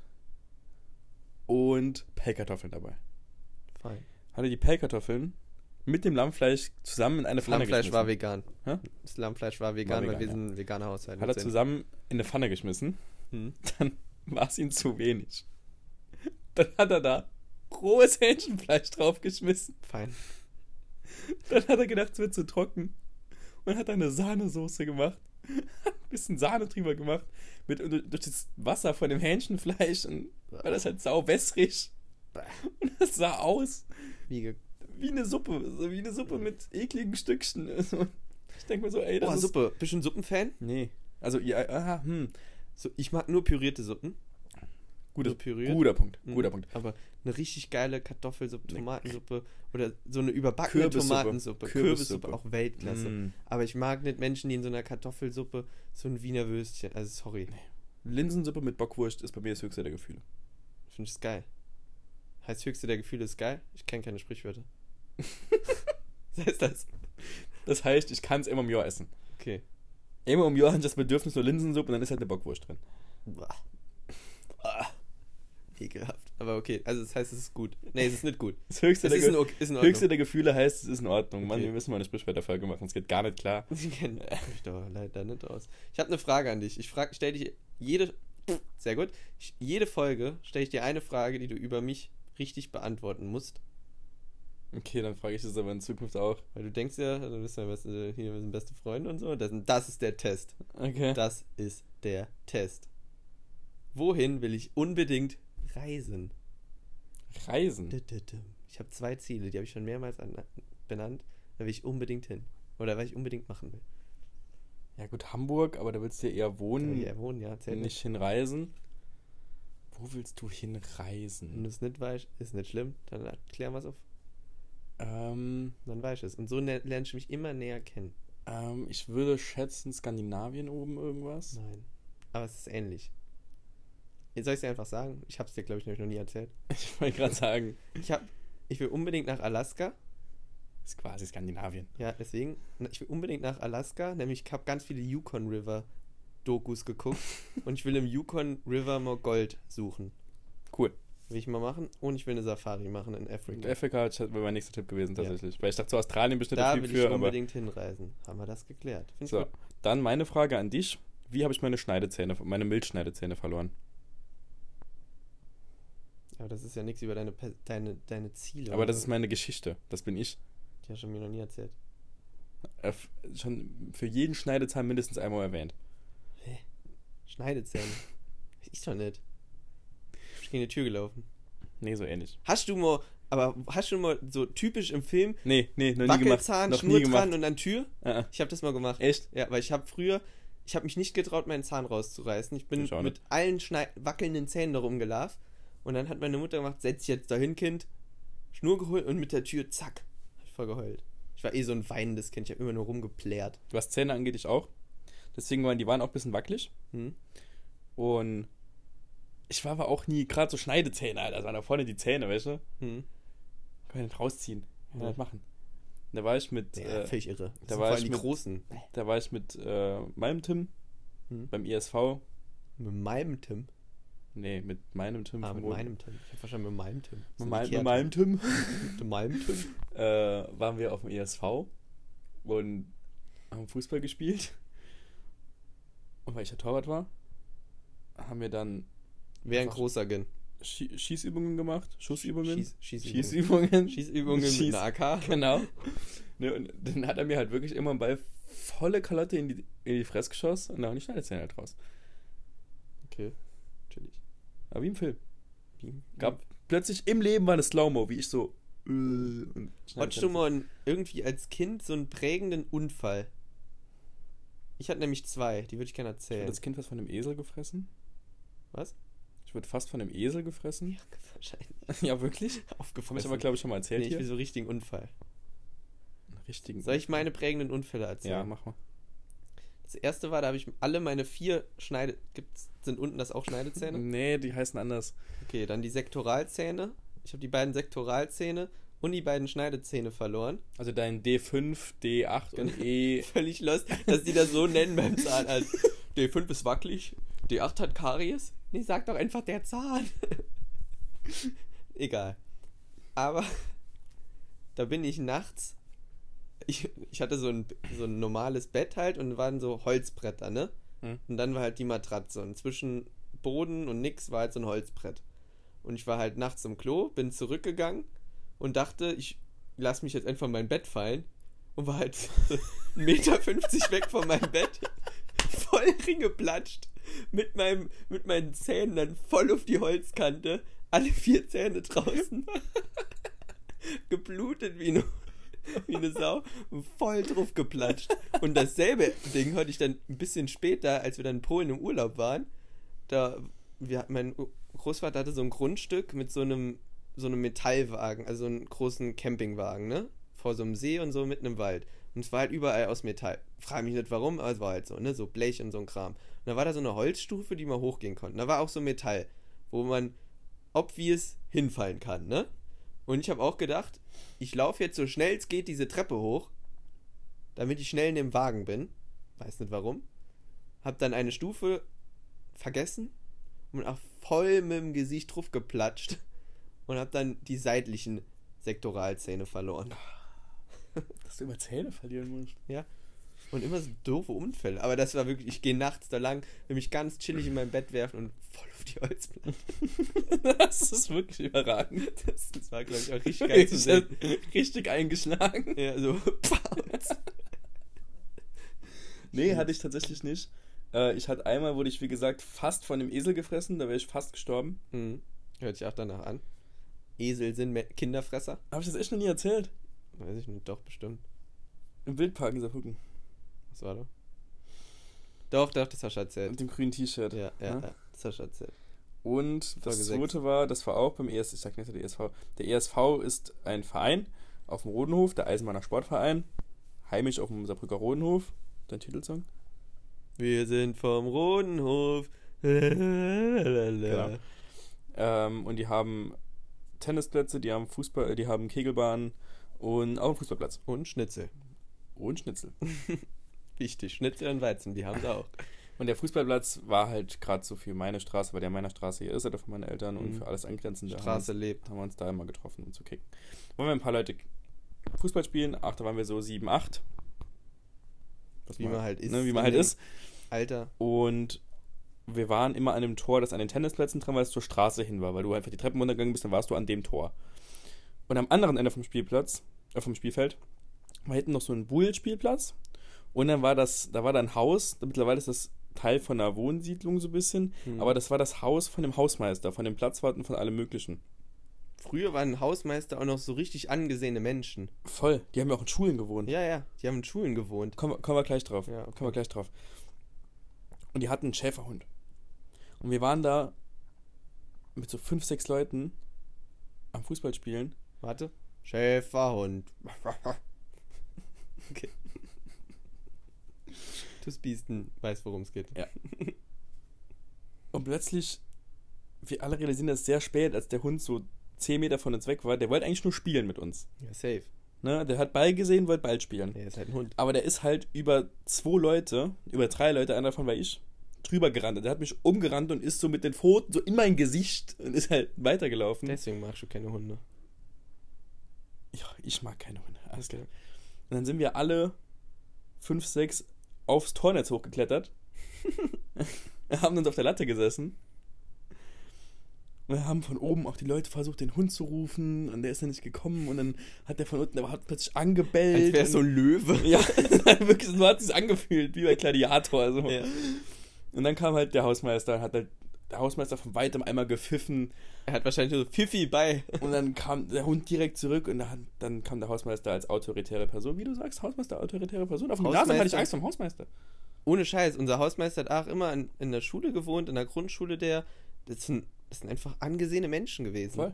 [SPEAKER 2] und Pellkartoffeln dabei.
[SPEAKER 3] Fein.
[SPEAKER 2] Hatte die Pellkartoffeln mit dem Lammfleisch zusammen in eine
[SPEAKER 3] Das
[SPEAKER 2] Pfanne
[SPEAKER 3] Lammfleisch
[SPEAKER 2] geschmissen.
[SPEAKER 3] war vegan.
[SPEAKER 2] Hä?
[SPEAKER 3] Das Lammfleisch war vegan,
[SPEAKER 2] War
[SPEAKER 3] weil wir
[SPEAKER 2] vegan,
[SPEAKER 3] sind ein veganer Haushalt.
[SPEAKER 2] Hat er zusammen in eine Pfanne geschmissen,
[SPEAKER 3] Hm.
[SPEAKER 2] dann war es ihm zu wenig. Dann hat er da rohes Hähnchenfleisch draufgeschmissen.
[SPEAKER 3] Fein.
[SPEAKER 2] Dann hat er gedacht, es wird zu trocken. Und hat eine Sahnesoße gemacht. [laughs] Hat ein bisschen Sahne drüber gemacht. Mit, durch das Wasser von dem Hähnchenfleisch. Und war das halt sau wässrig. Und das sah aus
[SPEAKER 3] Wie ge
[SPEAKER 2] wie eine Suppe. So wie eine Suppe mit ekligen Stückchen. Also, Ich denke mir so, ey, das
[SPEAKER 3] oh,
[SPEAKER 2] ist...
[SPEAKER 3] Suppe. Bist du ein Suppenfan?
[SPEAKER 2] Nee. Also, ja, aha, hm.
[SPEAKER 3] So, ich mag nur pürierte Suppen.
[SPEAKER 2] Gutes,
[SPEAKER 3] Nur püriert.
[SPEAKER 2] guter Punkt.
[SPEAKER 3] Mhm.
[SPEAKER 2] Guter Punkt.
[SPEAKER 3] Aber eine richtig geile Kartoffelsuppe,
[SPEAKER 2] Ne-
[SPEAKER 3] Tomatensuppe oder so eine überbackene
[SPEAKER 2] Kürbissuppe.
[SPEAKER 3] Tomatensuppe.
[SPEAKER 2] Kürbissuppe.
[SPEAKER 3] Kürbissuppe, Mhm. auch Weltklasse.
[SPEAKER 2] Mm.
[SPEAKER 3] Aber ich mag nicht Menschen, die in so einer Kartoffelsuppe so ein Wiener Würstchen. Also sorry,
[SPEAKER 2] Linsensuppe mit Bockwurst ist bei mir das höchste der Gefühle.
[SPEAKER 3] finde ich geil. Heißt höchste der Gefühle ist geil? Ich kenne
[SPEAKER 2] [laughs]
[SPEAKER 3] keine Sprichwörter. Was heißt das?
[SPEAKER 2] Das heißt, ich kann es immer im Jahr essen.
[SPEAKER 3] Okay.
[SPEAKER 2] Immer im Jahr habe ich das Bedürfnis nur Linsensuppe und dann ist halt eine Bockwurst drin.
[SPEAKER 3] Bah. Ah. Ekelhaft. Aber okay, also das heißt, es ist gut. Nee, es ist nicht gut.
[SPEAKER 2] Das
[SPEAKER 3] Es
[SPEAKER 2] höchste, der,
[SPEAKER 3] ist
[SPEAKER 2] Ge
[SPEAKER 3] ein, Ok- ist ein
[SPEAKER 2] höchste der Gefühle heißt, es ist in Ordnung. Mann,
[SPEAKER 3] Okay.
[SPEAKER 2] wir müssen mal eine Sprichwörterfolge machen. Es geht gar nicht klar.
[SPEAKER 3] Sie kennen mich doch leider nicht aus. Ich habe eine Frage an dich. Ich frag, stell dich jede. Sehr gut. Ich, jede Folge stelle ich dir eine Frage, die du über mich richtig beantworten musst.
[SPEAKER 2] Okay, dann frage ich das aber in Zukunft auch.
[SPEAKER 3] Weil du denkst ja, du bist ja beste, hier, wir sind beste Freunde und so. Das, das ist der Test.
[SPEAKER 2] Okay.
[SPEAKER 3] Das ist der Test. Wohin will ich unbedingt reisen?
[SPEAKER 2] Reisen.
[SPEAKER 3] Dü-dü-düm. Ich habe zwei Ziele, die habe ich schon mehrmals an, benannt. Da will ich unbedingt hin. Oder weil ich unbedingt machen will.
[SPEAKER 2] Ja gut, Hamburg, aber da willst du ja eher
[SPEAKER 3] Da
[SPEAKER 2] wohnen,
[SPEAKER 3] will ich ja wohnen, ja, zählt nicht.
[SPEAKER 2] nicht hinreisen. Wo willst du hinreisen?
[SPEAKER 3] Wenn du es nicht weißt, ist nicht schlimm. Dann erklären wir es auf
[SPEAKER 2] Ähm,
[SPEAKER 3] Und Dann weiß ich es. Und so ner- lernst du mich immer näher kennen.
[SPEAKER 2] ähm, ich würde schätzen Skandinavien oben irgendwas.
[SPEAKER 3] Nein. Aber es ist ähnlich. Jetzt soll ich es dir einfach sagen. Ich habe es dir, glaube ich, nämlich noch nie erzählt.
[SPEAKER 2] Ich wollte gerade sagen,
[SPEAKER 3] Ich, hab, ich will unbedingt nach Alaska.
[SPEAKER 2] ist quasi Skandinavien.
[SPEAKER 3] Ja, deswegen. Na, Ich will unbedingt nach Alaska. Nämlich, ich habe ganz viele Yukon River
[SPEAKER 2] [laughs]
[SPEAKER 3] Dokus geguckt. und ich will im Yukon River mal Gold suchen.
[SPEAKER 2] Cool.
[SPEAKER 3] Will ich mal machen. Und ich will eine Safari machen in
[SPEAKER 2] Und
[SPEAKER 3] Afrika.
[SPEAKER 2] Afrika hat- wäre mein nächster Tipp gewesen
[SPEAKER 3] Ja.
[SPEAKER 2] tatsächlich. Weil ich dachte, zu Australien bestimmt
[SPEAKER 3] Da
[SPEAKER 2] viel
[SPEAKER 3] will ich
[SPEAKER 2] für, aber
[SPEAKER 3] unbedingt hinreisen. Haben wir das geklärt? Finde ich
[SPEAKER 2] So,
[SPEAKER 3] gut.
[SPEAKER 2] dann meine Frage an dich. Wie habe ich meine Schneidezähne, meine Milchschneidezähne verloren?
[SPEAKER 3] Aber das ist ja nichts über deine, Pe- deine, deine Ziele.
[SPEAKER 2] Aber das ist meine Geschichte. Das bin ich.
[SPEAKER 3] Die hast du mir noch nie erzählt.
[SPEAKER 2] Äh, f- schon für jeden Schneidezahn mindestens einmal erwähnt.
[SPEAKER 3] Schneidezähne.
[SPEAKER 2] [laughs]
[SPEAKER 3] ich doch nicht. Ich gegen die Tür gelaufen.
[SPEAKER 2] Nee, so ähnlich.
[SPEAKER 3] Hast du mal, aber hast du mal so typisch im Film
[SPEAKER 2] Nee, nee, noch nie gemacht.
[SPEAKER 3] Wackelzahn,
[SPEAKER 2] Noch
[SPEAKER 3] Schnur
[SPEAKER 2] nie gemacht.
[SPEAKER 3] dran und dann Tür?
[SPEAKER 2] Ah, ah.
[SPEAKER 3] Ich habe das mal gemacht.
[SPEAKER 2] Echt?
[SPEAKER 3] Ja, weil ich habe früher, ich habe mich nicht getraut, meinen Zahn rauszureißen. Ich bin
[SPEAKER 2] Ich auch
[SPEAKER 3] mit allen Schnei wackelnden Zähnen da rumgelaufen. Und dann hat meine Mutter gemacht, setz dich jetzt dahin, Kind. Schnur geholt und mit der Tür, zack. Hab ich voll geheult. Ich war eh so ein weinendes Kind, ich habe immer nur rumgeplärt.
[SPEAKER 2] Was Zähne angeht, ich auch. Deswegen waren die waren auch ein bisschen wackelig.
[SPEAKER 3] Hm?
[SPEAKER 2] Und ich war aber auch nie gerade so Schneidezähne, Alter. Das waren da vorne die Zähne, weißt du?
[SPEAKER 3] Hm?
[SPEAKER 2] Kann man nicht rausziehen. Kann man
[SPEAKER 3] Ja.
[SPEAKER 2] nicht machen. Da war ich mit,
[SPEAKER 3] Ja,
[SPEAKER 2] äh,
[SPEAKER 3] völlig
[SPEAKER 2] da
[SPEAKER 3] irre. Das sind
[SPEAKER 2] war
[SPEAKER 3] vor
[SPEAKER 2] ich
[SPEAKER 3] allem die
[SPEAKER 2] mit-
[SPEAKER 3] Großen.
[SPEAKER 2] da war ich mit äh, meinem Tim
[SPEAKER 3] Hm?
[SPEAKER 2] beim ISV.
[SPEAKER 3] Mit meinem Tim.
[SPEAKER 2] Nee, mit meinem Tim.
[SPEAKER 3] Ah,
[SPEAKER 2] vom
[SPEAKER 3] mit
[SPEAKER 2] Boden.
[SPEAKER 3] meinem Tim. Ich hab verstanden, mit meinem Tim.
[SPEAKER 2] mit, mein, mit
[SPEAKER 3] Kehrt.
[SPEAKER 2] meinem Tim. [laughs]
[SPEAKER 3] Mit meinem Tim.
[SPEAKER 2] äh, waren wir auf dem ESV und haben Fußball gespielt. Und weil ich ja Torwart war, haben wir dann
[SPEAKER 3] Wäre ein
[SPEAKER 2] Einfach-
[SPEAKER 3] großer Gön.
[SPEAKER 2] Schie Schießübungen gemacht, Schussübungen,
[SPEAKER 3] Schieß, Schießübungen.
[SPEAKER 2] Schießübungen.
[SPEAKER 3] Schießübungen mit
[SPEAKER 2] Schieß-
[SPEAKER 3] einer AK.
[SPEAKER 2] Genau. Ne, und dann hat er mir halt wirklich immer einen Ball volle Kalotte in die, in die Fresse geschossen und dann die Schneidezähne halt raus.
[SPEAKER 3] Okay, natürlich.
[SPEAKER 2] Aber wie im Film.
[SPEAKER 3] Wie-
[SPEAKER 2] Gab plötzlich im Leben war eine Slow-Mo, wie ich so. äh, und
[SPEAKER 3] Hattest du mal einen- irgendwie als Kind so einen prägenden Unfall? Ich hatte nämlich zwei, die würde ich gerne
[SPEAKER 2] Ich wurde
[SPEAKER 3] erzählen.
[SPEAKER 2] als Kind was von einem Esel gefressen.
[SPEAKER 3] Was?
[SPEAKER 2] Ich wurde fast von einem Esel gefressen.
[SPEAKER 3] [laughs] Wahrscheinlich
[SPEAKER 2] [laughs] ja, wirklich? Habe ich
[SPEAKER 3] aufgefressen.
[SPEAKER 2] aber, glaube ich, schon mal erzählt
[SPEAKER 3] nee, ich
[SPEAKER 2] hier.
[SPEAKER 3] will so einen richtigen Unfall.
[SPEAKER 2] Einen richtigen.
[SPEAKER 3] Soll ich meine prägenden Unfälle
[SPEAKER 2] Ja,
[SPEAKER 3] erzählen?
[SPEAKER 2] mach mal.
[SPEAKER 3] Das erste war, da habe ich alle meine vier Schneide... Gibt's, sind unten das auch Schneidezähne?
[SPEAKER 2] Nee, die heißen anders.
[SPEAKER 3] Okay, dann die Sektoralzähne. Ich habe die beiden Sektoralzähne und die beiden Schneidezähne verloren.
[SPEAKER 2] Also dein D5, D8
[SPEAKER 3] Genau.
[SPEAKER 2] und
[SPEAKER 3] [laughs]
[SPEAKER 2] E.
[SPEAKER 3] Völlig lost, dass die das so nennen beim Zahnarzt. D5 ist wackelig, D8 hat Karies. Nee, sag doch einfach der Zahn. Egal. Aber da bin ich nachts. Ich, ich hatte so ein, so ein normales Bett halt und waren so Holzbretter, ne?
[SPEAKER 2] Mhm.
[SPEAKER 3] Und dann war halt die Matratze. Und zwischen Boden und nix war halt so ein Holzbrett. Und ich war halt nachts im Klo, bin zurückgegangen und dachte, ich lass mich jetzt einfach in mein Bett fallen. Und war halt [laughs] so 1,50 Meter weg von meinem Bett. Voll ringeplatscht. Mit, meinem, mit meinen Zähnen dann voll auf die Holzkante. Alle vier Zähne draußen. [laughs] Geblutet wie eine, wie eine Sau. und Voll drauf geplatscht. Und dasselbe Ding hatte ich dann ein bisschen später, als wir dann in Polen im Urlaub waren. Da, wir, mein U- Großvater hatte so ein Grundstück mit so einem, so einem Metallwagen, also so einem großen Campingwagen, ne? Vor so einem See und so mitten im Wald. Und es war halt überall aus Metall. Frag mich nicht warum, aber es war halt so, ne? So Blech und so ein Kram. Und da war da so eine Holzstufe, die man hochgehen konnte. Und da war auch so Metall, wo man obvious hinfallen kann, ne? Und ich habe auch gedacht, ich laufe jetzt so schnell es geht diese Treppe hoch, damit ich schnell in dem Wagen bin. Weiß nicht warum. Hab dann eine Stufe vergessen und bin auch voll mit dem Gesicht drauf geplatscht und hab dann die seitlichen Sektoralzähne verloren.
[SPEAKER 2] Dass du immer Zähne verlieren musst.
[SPEAKER 3] [laughs] Und immer so doofe Unfälle. Aber das war wirklich, ich gehe nachts da lang, will mich ganz chillig in mein Bett werfen und voll auf die Holzplatte.
[SPEAKER 2] Das ist wirklich überragend.
[SPEAKER 3] Das das war, glaube ich, auch richtig geil zu sehen.
[SPEAKER 2] Richtig eingeschlagen.
[SPEAKER 3] [laughs] Ja, so.
[SPEAKER 2] Nee, hatte ich tatsächlich nicht. Äh, ich hatte einmal, wurde ich, wie gesagt, fast von einem Esel gefressen. Da wäre ich fast gestorben.
[SPEAKER 3] Hm. Hört sich auch danach an. Esel sind Me- Kinderfresser.
[SPEAKER 2] Habe ich das echt noch nie erzählt?
[SPEAKER 3] Weiß ich nicht, doch, bestimmt.
[SPEAKER 2] Im Wildpark in Saarbrücken.
[SPEAKER 3] Was war da? Doch, doch, das hast du erzählt.
[SPEAKER 2] Mit dem grünen T-Shirt.
[SPEAKER 3] Ja, ja,
[SPEAKER 2] ne?
[SPEAKER 3] ja, das hast du erzählt.
[SPEAKER 2] Und
[SPEAKER 3] Folge
[SPEAKER 2] das
[SPEAKER 3] sechs.
[SPEAKER 2] zweite war, das war auch beim ESV, ich sag nicht der ESV. Der ESV ist ein Verein auf dem Rodenhof, der Eisenbahner Sportverein, heimisch auf dem Saarbrücker Rodenhof, dein Titelsong.
[SPEAKER 3] Wir sind vom Rodenhof. Lalalala.
[SPEAKER 2] Ähm, und die haben Tennisplätze, die haben Fußball, die haben Kegelbahnen und auch einen Fußballplatz
[SPEAKER 3] Und Schnitzel.
[SPEAKER 2] und Schnitzel.
[SPEAKER 3] Wichtig, Schnitzel und Weizen, die haben sie auch.
[SPEAKER 2] Und der Fußballplatz war halt gerade so für meine Straße, weil der meiner Straße hier ist, oder von meinen Eltern und
[SPEAKER 3] Mhm.
[SPEAKER 2] für alles angrenzende haben wir uns-
[SPEAKER 3] Straße lebt.
[SPEAKER 2] haben wir uns da immer getroffen, um zu kicken. Wollen wir ein paar Leute Fußball spielen? Ach, da waren wir so 7, 8.
[SPEAKER 3] Wie man halt ist.
[SPEAKER 2] Ne, wie man
[SPEAKER 3] in
[SPEAKER 2] halt
[SPEAKER 3] dem
[SPEAKER 2] ist.
[SPEAKER 3] Alter.
[SPEAKER 2] Und wir waren immer an einem Tor, das an den Tennisplätzen dran war, das zur Straße hin war, weil du einfach die Treppen runtergegangen bist, dann warst du an dem Tor. Und am anderen Ende vom Spielplatz, äh, vom Spielfeld, war hinten noch so ein Buhl-Spielplatz. Und dann war das, da war da ein Haus, mittlerweile ist das Teil von einer Wohnsiedlung so ein bisschen,
[SPEAKER 3] Hm.
[SPEAKER 2] aber das war das Haus von dem Hausmeister, von dem Platzwarten, von allem Möglichen.
[SPEAKER 3] Früher waren Hausmeister auch noch so richtig angesehene Menschen.
[SPEAKER 2] Voll, die haben ja auch in Schulen gewohnt.
[SPEAKER 3] Ja, ja, die haben in Schulen gewohnt.
[SPEAKER 2] Kommen, wir- kommen wir gleich drauf.
[SPEAKER 3] Ja, okay.
[SPEAKER 2] Kommen wir gleich drauf. Und die hatten einen Schäferhund. Und wir waren da mit so fünf, sechs Leuten am Fußballspielen.
[SPEAKER 3] Warte. Schäferhund. [laughs] okay. Das Biesten weiß, worum es geht.
[SPEAKER 2] Und plötzlich, wir alle realisieren das sehr spät, als der Hund so zehn Meter von uns weg war. Der wollte eigentlich nur spielen mit uns.
[SPEAKER 3] Ja, safe.
[SPEAKER 2] Ne? Der hat Ball gesehen, wollte Ball spielen.
[SPEAKER 3] Er ist halt ein Hund.
[SPEAKER 2] Aber der ist halt über zwei Leute, über drei Leute, einer davon war ich, drüber gerannt. Der hat mich umgerannt und ist so mit den Pfoten so in mein Gesicht und ist halt weitergelaufen.
[SPEAKER 3] Deswegen magst du keine Hunde.
[SPEAKER 2] Ja, ich mag keine Hunde. Alles klar. Und dann sind wir alle fünf, sechs aufs Tornetz hochgeklettert. [laughs] haben uns auf der Latte gesessen. Und haben von oben auch die Leute versucht, den Hund zu rufen. Und der ist dann nicht gekommen. Und dann hat der von unten aber hat plötzlich angebellt.
[SPEAKER 3] Als wäre so
[SPEAKER 2] und-
[SPEAKER 3] ein Löwe.
[SPEAKER 2] [laughs] ja, wirklich, so hat es sich angefühlt, wie bei Gladiator. Also. Und dann kam halt der Hausmeister und hat halt der Hausmeister von weitem einmal gepfiffen.
[SPEAKER 3] [laughs] Er hat wahrscheinlich nur so Pfiffi bei.
[SPEAKER 2] Und dann kam der Hund direkt zurück und dann, dann kam der Hausmeister als autoritäre Person. Wie du sagst, Hausmeister, autoritäre Person. Auf dem Gymnasium hatte ich
[SPEAKER 3] Hausmeister.
[SPEAKER 2] Angst vom Hausmeister.
[SPEAKER 3] Ohne Scheiß, unser Hausmeister hat auch immer in, in der Schule gewohnt, in der Grundschule der. Das sind, das sind einfach angesehene Menschen gewesen.
[SPEAKER 2] Voll.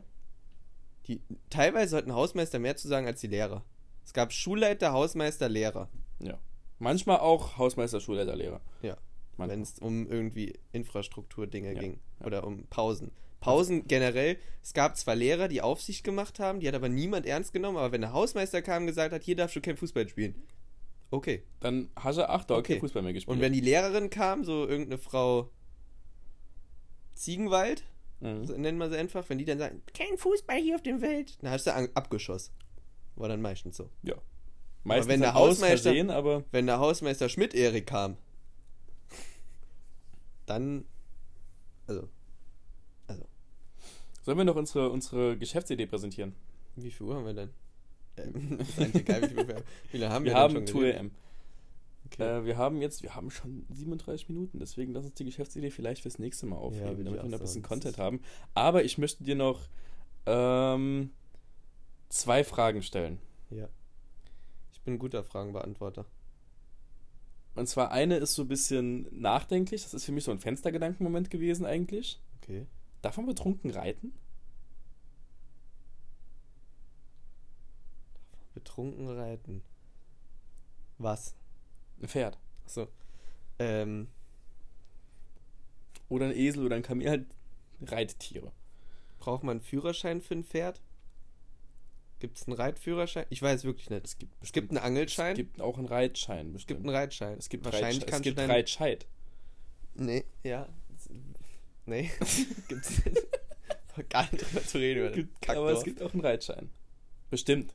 [SPEAKER 3] Die, teilweise hatten Hausmeister mehr zu sagen als die Lehrer. Es gab Schulleiter, Hausmeister, Lehrer.
[SPEAKER 2] Ja. Manchmal auch Hausmeister, Schulleiter, Lehrer.
[SPEAKER 3] Ja.
[SPEAKER 2] Manchmal.
[SPEAKER 3] wenn es um irgendwie Infrastrukturdinge
[SPEAKER 2] Ja,
[SPEAKER 3] ging
[SPEAKER 2] ja.
[SPEAKER 3] oder um Pausen. Pausen generell, es gab zwar Lehrer, die Aufsicht gemacht haben, die hat aber niemand ernst genommen, aber wenn der Hausmeister kam und gesagt hat, hier darfst du kein Fußball spielen. Okay.
[SPEAKER 2] Dann hast du acht Tage
[SPEAKER 3] Okay.
[SPEAKER 2] kein Fußball mehr gespielt.
[SPEAKER 3] Und wenn die Lehrerin kam, so irgendeine Frau Ziegenwald,
[SPEAKER 2] mhm.
[SPEAKER 3] so nennen wir sie einfach, wenn die dann sagen, kein Fußball hier auf dem Welt, dann hast du an- abgeschossen. War dann meistens so.
[SPEAKER 2] Ja. Meistens
[SPEAKER 3] wenn der
[SPEAKER 2] dann aus
[SPEAKER 3] Hausmeister-
[SPEAKER 2] Versehen, aber
[SPEAKER 3] Wenn der Hausmeister Schmidt-Erik kam, dann, also,
[SPEAKER 2] sollen wir noch unsere, unsere Geschäftsidee präsentieren?
[SPEAKER 3] Wie viel Uhr haben wir denn? Ähm, [laughs] ist eigentlich egal, wie viel Uhr wir haben. Wie lange haben wir,
[SPEAKER 2] wir
[SPEAKER 3] denn
[SPEAKER 2] haben
[SPEAKER 3] schon
[SPEAKER 2] 2
[SPEAKER 3] geredet?
[SPEAKER 2] am
[SPEAKER 3] Okay.
[SPEAKER 2] Äh, wir haben jetzt, wir haben schon 37 Minuten, deswegen lass uns die Geschäftsidee vielleicht fürs nächste Mal aufheben,
[SPEAKER 3] würde ich
[SPEAKER 2] damit
[SPEAKER 3] auch
[SPEAKER 2] wir noch ein
[SPEAKER 3] sagen,
[SPEAKER 2] bisschen
[SPEAKER 3] das
[SPEAKER 2] Content
[SPEAKER 3] ist-
[SPEAKER 2] haben. Aber ich möchte dir noch ähm, zwei Fragen stellen.
[SPEAKER 3] Ich bin ein guter Fragenbeantworter.
[SPEAKER 2] Und zwar eine ist so ein bisschen nachdenklich, das ist für mich so ein Fenstergedankenmoment gewesen eigentlich.
[SPEAKER 3] Okay.
[SPEAKER 2] Darf man betrunken reiten?
[SPEAKER 3] Betrunken reiten. Was?
[SPEAKER 2] Ein Pferd.
[SPEAKER 3] Achso. Ähm,
[SPEAKER 2] Oder ein Esel oder ein Kamel, halt Reittiere.
[SPEAKER 3] braucht man einen Führerschein für ein Pferd? Gibt es einen Reitführerschein? Ich weiß wirklich nicht.
[SPEAKER 2] Es gibt,
[SPEAKER 3] Es gibt einen Angelschein.
[SPEAKER 2] es gibt auch einen Reitschein
[SPEAKER 3] es gibt
[SPEAKER 2] bestimmt.
[SPEAKER 3] einen Reitschein.
[SPEAKER 2] Es gibt, Reitschein,
[SPEAKER 3] wahrscheinlich
[SPEAKER 2] es
[SPEAKER 3] kannst du
[SPEAKER 2] gibt
[SPEAKER 3] deinen-
[SPEAKER 2] Reitscheid.
[SPEAKER 3] Nee, ja.
[SPEAKER 2] [laughs]
[SPEAKER 3] Nee, gibt's [laughs] nicht. Gar nicht drüber zu reden. Über
[SPEAKER 2] Gibt-
[SPEAKER 3] den
[SPEAKER 2] Aber es
[SPEAKER 3] Kackdorf.
[SPEAKER 2] gibt auch einen Reitschein. Bestimmt.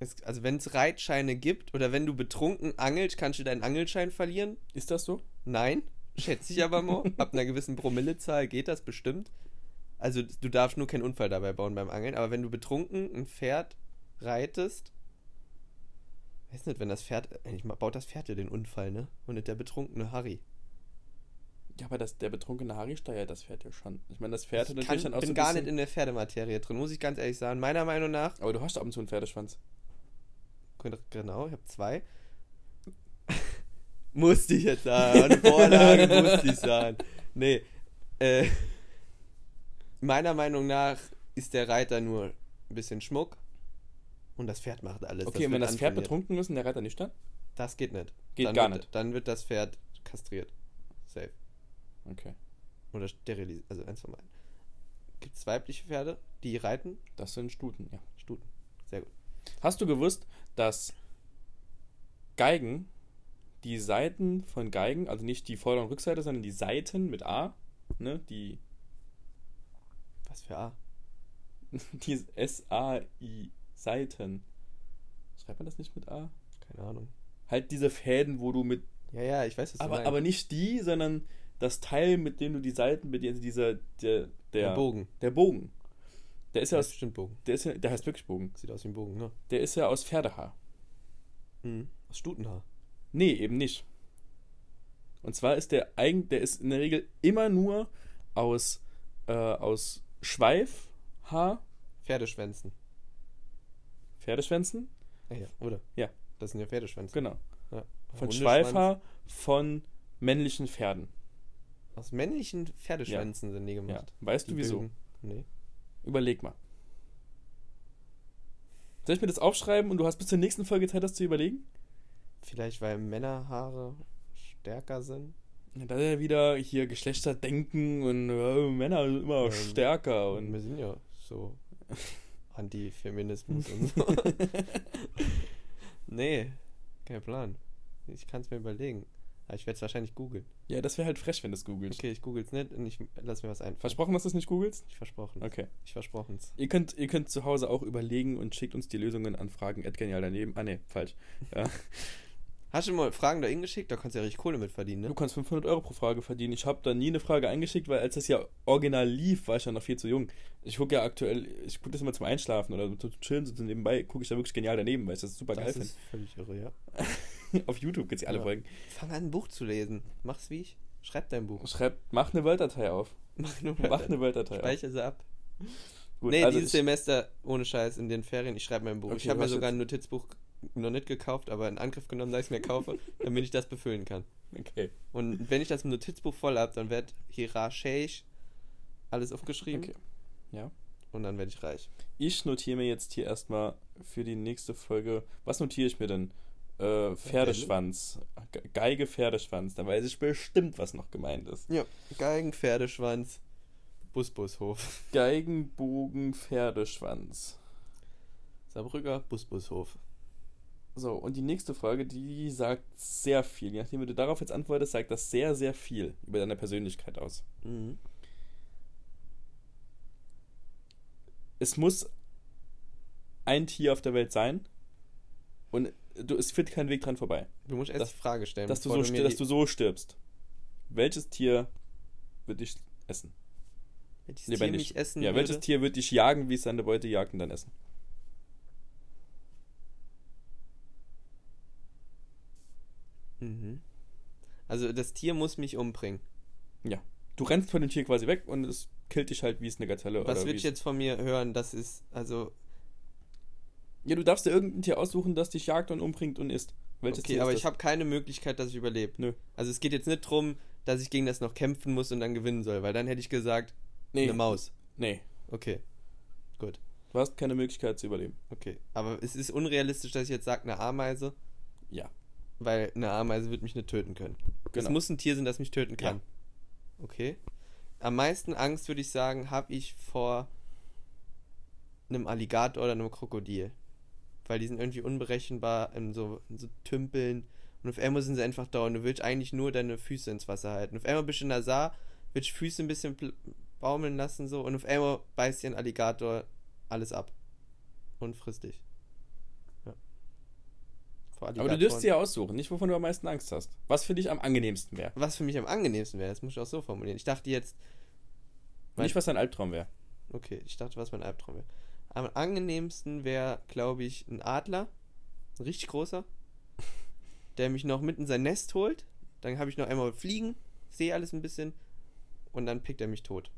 [SPEAKER 3] Es, also wenn es Reitscheine gibt oder wenn du betrunken angelst, kannst du deinen Angelschein verlieren?
[SPEAKER 2] Ist das so?
[SPEAKER 3] Nein, schätze ich aber mal. Ab einer gewissen Promillezahl geht das bestimmt. Also du darfst nur keinen Unfall dabei bauen beim Angeln, aber wenn du betrunken ein Pferd reitest, weiß nicht, wenn das Pferd, eigentlich mal- baut das Pferd ja den Unfall, ne? Und nicht der betrunkene Harry.
[SPEAKER 2] Ja, aber das, der betrunkene Harry steuert das Pferd ja schon. Ich meine, das Pferd hat
[SPEAKER 3] Ich kann,
[SPEAKER 2] natürlich dann auch so
[SPEAKER 3] bin
[SPEAKER 2] ein
[SPEAKER 3] gar
[SPEAKER 2] bisschen,
[SPEAKER 3] nicht in der Pferdematerie drin, muss ich ganz ehrlich sagen. Meiner Meinung nach,
[SPEAKER 2] Aber du hast ab und zu einen Pferdeschwanz.
[SPEAKER 3] genau, ich habe zwei. [laughs] musste ich
[SPEAKER 2] [laughs]
[SPEAKER 3] jetzt sagen. Vorlage musste ich sagen. Nee. Äh, meiner Meinung nach ist der Reiter nur ein bisschen Schmuck und das Pferd macht alles.
[SPEAKER 2] okay, und
[SPEAKER 3] wird
[SPEAKER 2] wenn das Pferd
[SPEAKER 3] antrainiert.
[SPEAKER 2] betrunken ist und der Reiter nicht dann?
[SPEAKER 3] Das geht nicht.
[SPEAKER 2] Geht
[SPEAKER 3] dann
[SPEAKER 2] gar
[SPEAKER 3] wird,
[SPEAKER 2] nicht.
[SPEAKER 3] Dann wird das Pferd kastriert. Safe.
[SPEAKER 2] Okay.
[SPEAKER 3] Oder sterilisiert. Also eins von beiden. Gibt es weibliche Pferde, die reiten?
[SPEAKER 2] Das sind Stuten, ja.
[SPEAKER 3] Stuten. Sehr gut.
[SPEAKER 2] Hast du gewusst, dass Geigen, die Seiten von Geigen, also nicht die Vorder- und Rückseite, sondern die Seiten mit A, ne, die, [laughs]
[SPEAKER 3] Was für A.
[SPEAKER 2] die S-A-I, Seiten. Schreibt man das nicht mit A?
[SPEAKER 3] Keine Ahnung.
[SPEAKER 2] Halt diese Fäden, wo du mit
[SPEAKER 3] Ja, ja, ich weiß, was du
[SPEAKER 2] Aber,
[SPEAKER 3] meinst.
[SPEAKER 2] aber nicht die, sondern das Teil, mit dem du die Seiten bedienst, dieser, der, der,
[SPEAKER 3] Der Bogen.
[SPEAKER 2] der Bogen. Der ist ja
[SPEAKER 3] Der
[SPEAKER 2] aus,
[SPEAKER 3] ist bestimmt Bogen.
[SPEAKER 2] der ist ja, der heißt wirklich Bogen.
[SPEAKER 3] Sieht aus wie ein Bogen, ne?
[SPEAKER 2] Der ist ja aus Pferdehaar.
[SPEAKER 3] Mhm. Aus Stutenhaar.
[SPEAKER 2] Nee, eben nicht. Und zwar ist der eigentlich, der ist in der Regel immer nur aus, äh, aus Schweifhaar,
[SPEAKER 3] Pferdeschwänzen.
[SPEAKER 2] Pferdeschwänzen,
[SPEAKER 3] Ah, ja, oder?
[SPEAKER 2] Ja.
[SPEAKER 3] Das sind ja Pferdeschwänze.
[SPEAKER 2] genau,
[SPEAKER 3] Ja.
[SPEAKER 2] von
[SPEAKER 3] Hundeschwanz-
[SPEAKER 2] Schweifhaar von männlichen Pferden.
[SPEAKER 3] Aus männlichen Pferdeschwänzen sind die
[SPEAKER 2] Ja.
[SPEAKER 3] gemacht.
[SPEAKER 2] Weißt du
[SPEAKER 3] Die
[SPEAKER 2] wieso?
[SPEAKER 3] Bögen. Nee.
[SPEAKER 2] Überleg mal. Soll ich mir das aufschreiben und du hast bis zur nächsten Folge Zeit, das zu überlegen?
[SPEAKER 3] Vielleicht, weil Männerhaare stärker sind.
[SPEAKER 2] Ja, Da ist ja wieder hier Geschlechterdenken und äh, Männer sind immer
[SPEAKER 3] Ähm,
[SPEAKER 2] stärker
[SPEAKER 3] Und wir
[SPEAKER 2] und.
[SPEAKER 3] sind ja
[SPEAKER 2] [laughs]
[SPEAKER 3] so Antifeminismus und so. nee, kein Plan. Ich kann es mir überlegen. Aber ich werde es wahrscheinlich googeln.
[SPEAKER 2] Ja, das wäre halt frech, wenn du es googelst.
[SPEAKER 3] Okay, ich googel's nicht und ich lass mir was einfallen.
[SPEAKER 2] Versprochen, dass du es nicht googelst?
[SPEAKER 3] Ich versprochen.
[SPEAKER 2] Okay.
[SPEAKER 3] Ich versprochen's.
[SPEAKER 2] Ihr könnt, ihr könnt zu Hause auch überlegen und schickt uns die Lösungen an Fragen genial daneben. Ah, nee, falsch. Ja.
[SPEAKER 3] Hast du mal Fragen da hingeschickt? Da kannst du ja richtig Kohle mit verdienen,
[SPEAKER 2] Du
[SPEAKER 3] ne?
[SPEAKER 2] kannst 500 Euro pro Frage verdienen. Ich habe da nie eine Frage eingeschickt, weil als das ja original lief, war ich ja noch viel zu jung. Ich gucke ja aktuell, ich gucke das immer zum Einschlafen oder zum Chillen, so nebenbei gucke ich da wirklich genial daneben, weil ich das super geil
[SPEAKER 3] Das
[SPEAKER 2] finde.
[SPEAKER 3] ist völlig irre, ja.
[SPEAKER 2] [laughs] Auf YouTube gibt's ja alle
[SPEAKER 3] Ja.
[SPEAKER 2] Folgen.
[SPEAKER 3] Fang an, ein Buch zu lesen. Mach's wie ich. Schreib
[SPEAKER 2] [laughs]
[SPEAKER 3] dein Buch.
[SPEAKER 2] Schreib, mach eine Word-Datei
[SPEAKER 3] [laughs]
[SPEAKER 2] auf.
[SPEAKER 3] Mach nur
[SPEAKER 2] Mach eine Word-Datei auf.
[SPEAKER 3] Speicher sie ab.
[SPEAKER 2] Gut,
[SPEAKER 3] nee,
[SPEAKER 2] also
[SPEAKER 3] dieses
[SPEAKER 2] ich,
[SPEAKER 3] Semester ohne Scheiß in den Ferien, ich schreibe mein Buch.
[SPEAKER 2] Okay,
[SPEAKER 3] ich habe mir
[SPEAKER 2] was
[SPEAKER 3] sogar ein Notizbuch noch nicht gekauft, aber in Angriff genommen, dass ich es
[SPEAKER 2] [laughs]
[SPEAKER 3] mir kaufe, damit ich das befüllen kann.
[SPEAKER 2] okay.
[SPEAKER 3] Und wenn ich das im Notizbuch voll habe, dann wird hierarchisch alles aufgeschrieben
[SPEAKER 2] okay.
[SPEAKER 3] und dann werde ich reich.
[SPEAKER 2] Ich notiere mir jetzt hier erstmal für die nächste Folge. Was notiere ich mir denn? Äh, Pferdeschwanz. Ge- Geige Pferdeschwanz. Da weiß ich bestimmt, was noch gemeint ist.
[SPEAKER 3] Ja. Geigen, Pferdeschwanz, Busbushof.
[SPEAKER 2] Geigenbogen Pferdeschwanz.
[SPEAKER 3] Saarbrücker, Busbushof.
[SPEAKER 2] So, und die nächste Frage, die sagt sehr viel. Je nachdem, wie du darauf jetzt antwortest, sagt das sehr, sehr viel über deine Persönlichkeit aus.
[SPEAKER 3] Mhm.
[SPEAKER 2] es muss ein Tier auf der Welt sein und du, es führt kein Weg dran vorbei,
[SPEAKER 3] Du musst erst
[SPEAKER 2] Das-
[SPEAKER 3] die Frage stellen.
[SPEAKER 2] dass du, so,
[SPEAKER 3] bevor
[SPEAKER 2] stir-
[SPEAKER 3] Ähm, mir
[SPEAKER 2] dass
[SPEAKER 3] die-
[SPEAKER 2] du so stirbst. Welches Tier wird dich essen?
[SPEAKER 3] wenn dieses Tier
[SPEAKER 2] Lebendig.
[SPEAKER 3] mich essen
[SPEAKER 2] ja, welches
[SPEAKER 3] würde,
[SPEAKER 2] Tier wird dich jagen, wie es seine Beute jagt und dann essen?
[SPEAKER 3] Mhm. Also das Tier muss mich umbringen.
[SPEAKER 2] Du rennst von dem Tier quasi weg und es killt dich halt, wie es eine Gazelle
[SPEAKER 3] Was
[SPEAKER 2] oder
[SPEAKER 3] würde
[SPEAKER 2] wie
[SPEAKER 3] ich
[SPEAKER 2] es-
[SPEAKER 3] jetzt von mir hören? Das ist, also
[SPEAKER 2] Ja, du darfst dir irgendein Tier aussuchen, das dich jagt und umbringt und isst. Welches
[SPEAKER 3] okay,
[SPEAKER 2] Tier
[SPEAKER 3] aber
[SPEAKER 2] ist
[SPEAKER 3] ich habe keine Möglichkeit, dass ich überlebe.
[SPEAKER 2] Nö.
[SPEAKER 3] Also es geht jetzt nicht drum, dass ich gegen das noch kämpfen muss und dann gewinnen soll, weil dann hätte ich gesagt,
[SPEAKER 2] nee,
[SPEAKER 3] eine Maus.
[SPEAKER 2] nee,
[SPEAKER 3] Okay,
[SPEAKER 2] du hast keine Möglichkeit zu überleben.
[SPEAKER 3] okay. Aber es ist unrealistisch, dass ich jetzt sage, eine Ameise,
[SPEAKER 2] Ja,
[SPEAKER 3] weil eine Ameise wird mich nicht töten können. Es
[SPEAKER 2] genau.
[SPEAKER 3] muss ein Tier sein, das mich töten
[SPEAKER 2] Ja.
[SPEAKER 3] kann. Okay. Am meisten Angst, würde ich sagen, habe ich vor einem Alligator oder einem Krokodil. Weil die sind irgendwie unberechenbar in so, in so Tümpeln. Und auf einmal sind sie einfach da und du willst eigentlich nur deine Füße ins Wasser halten. Auf einmal bist du in der Saar, willst Füße ein bisschen bl- baumeln lassen so und auf einmal beißt dir ein Alligator alles ab. Und frisst dich. Ja. Vor
[SPEAKER 2] aber du
[SPEAKER 3] Alligatoren.
[SPEAKER 2] dürfst dir ja aussuchen, nicht wovon du am meisten Angst hast. Was für dich am angenehmsten wäre.
[SPEAKER 3] was für mich am angenehmsten wäre, das muss ich auch so formulieren. Ich dachte jetzt, Weil-
[SPEAKER 2] Nicht, was dein Albtraum wäre.
[SPEAKER 3] okay, ich dachte, was mein Albtraum wäre. Am angenehmsten wäre, glaube ich, ein Adler, ein richtig großer, der mich noch mitten in sein Nest holt. Dann habe ich noch einmal Fliegen, sehe alles ein bisschen und dann pickt er mich tot.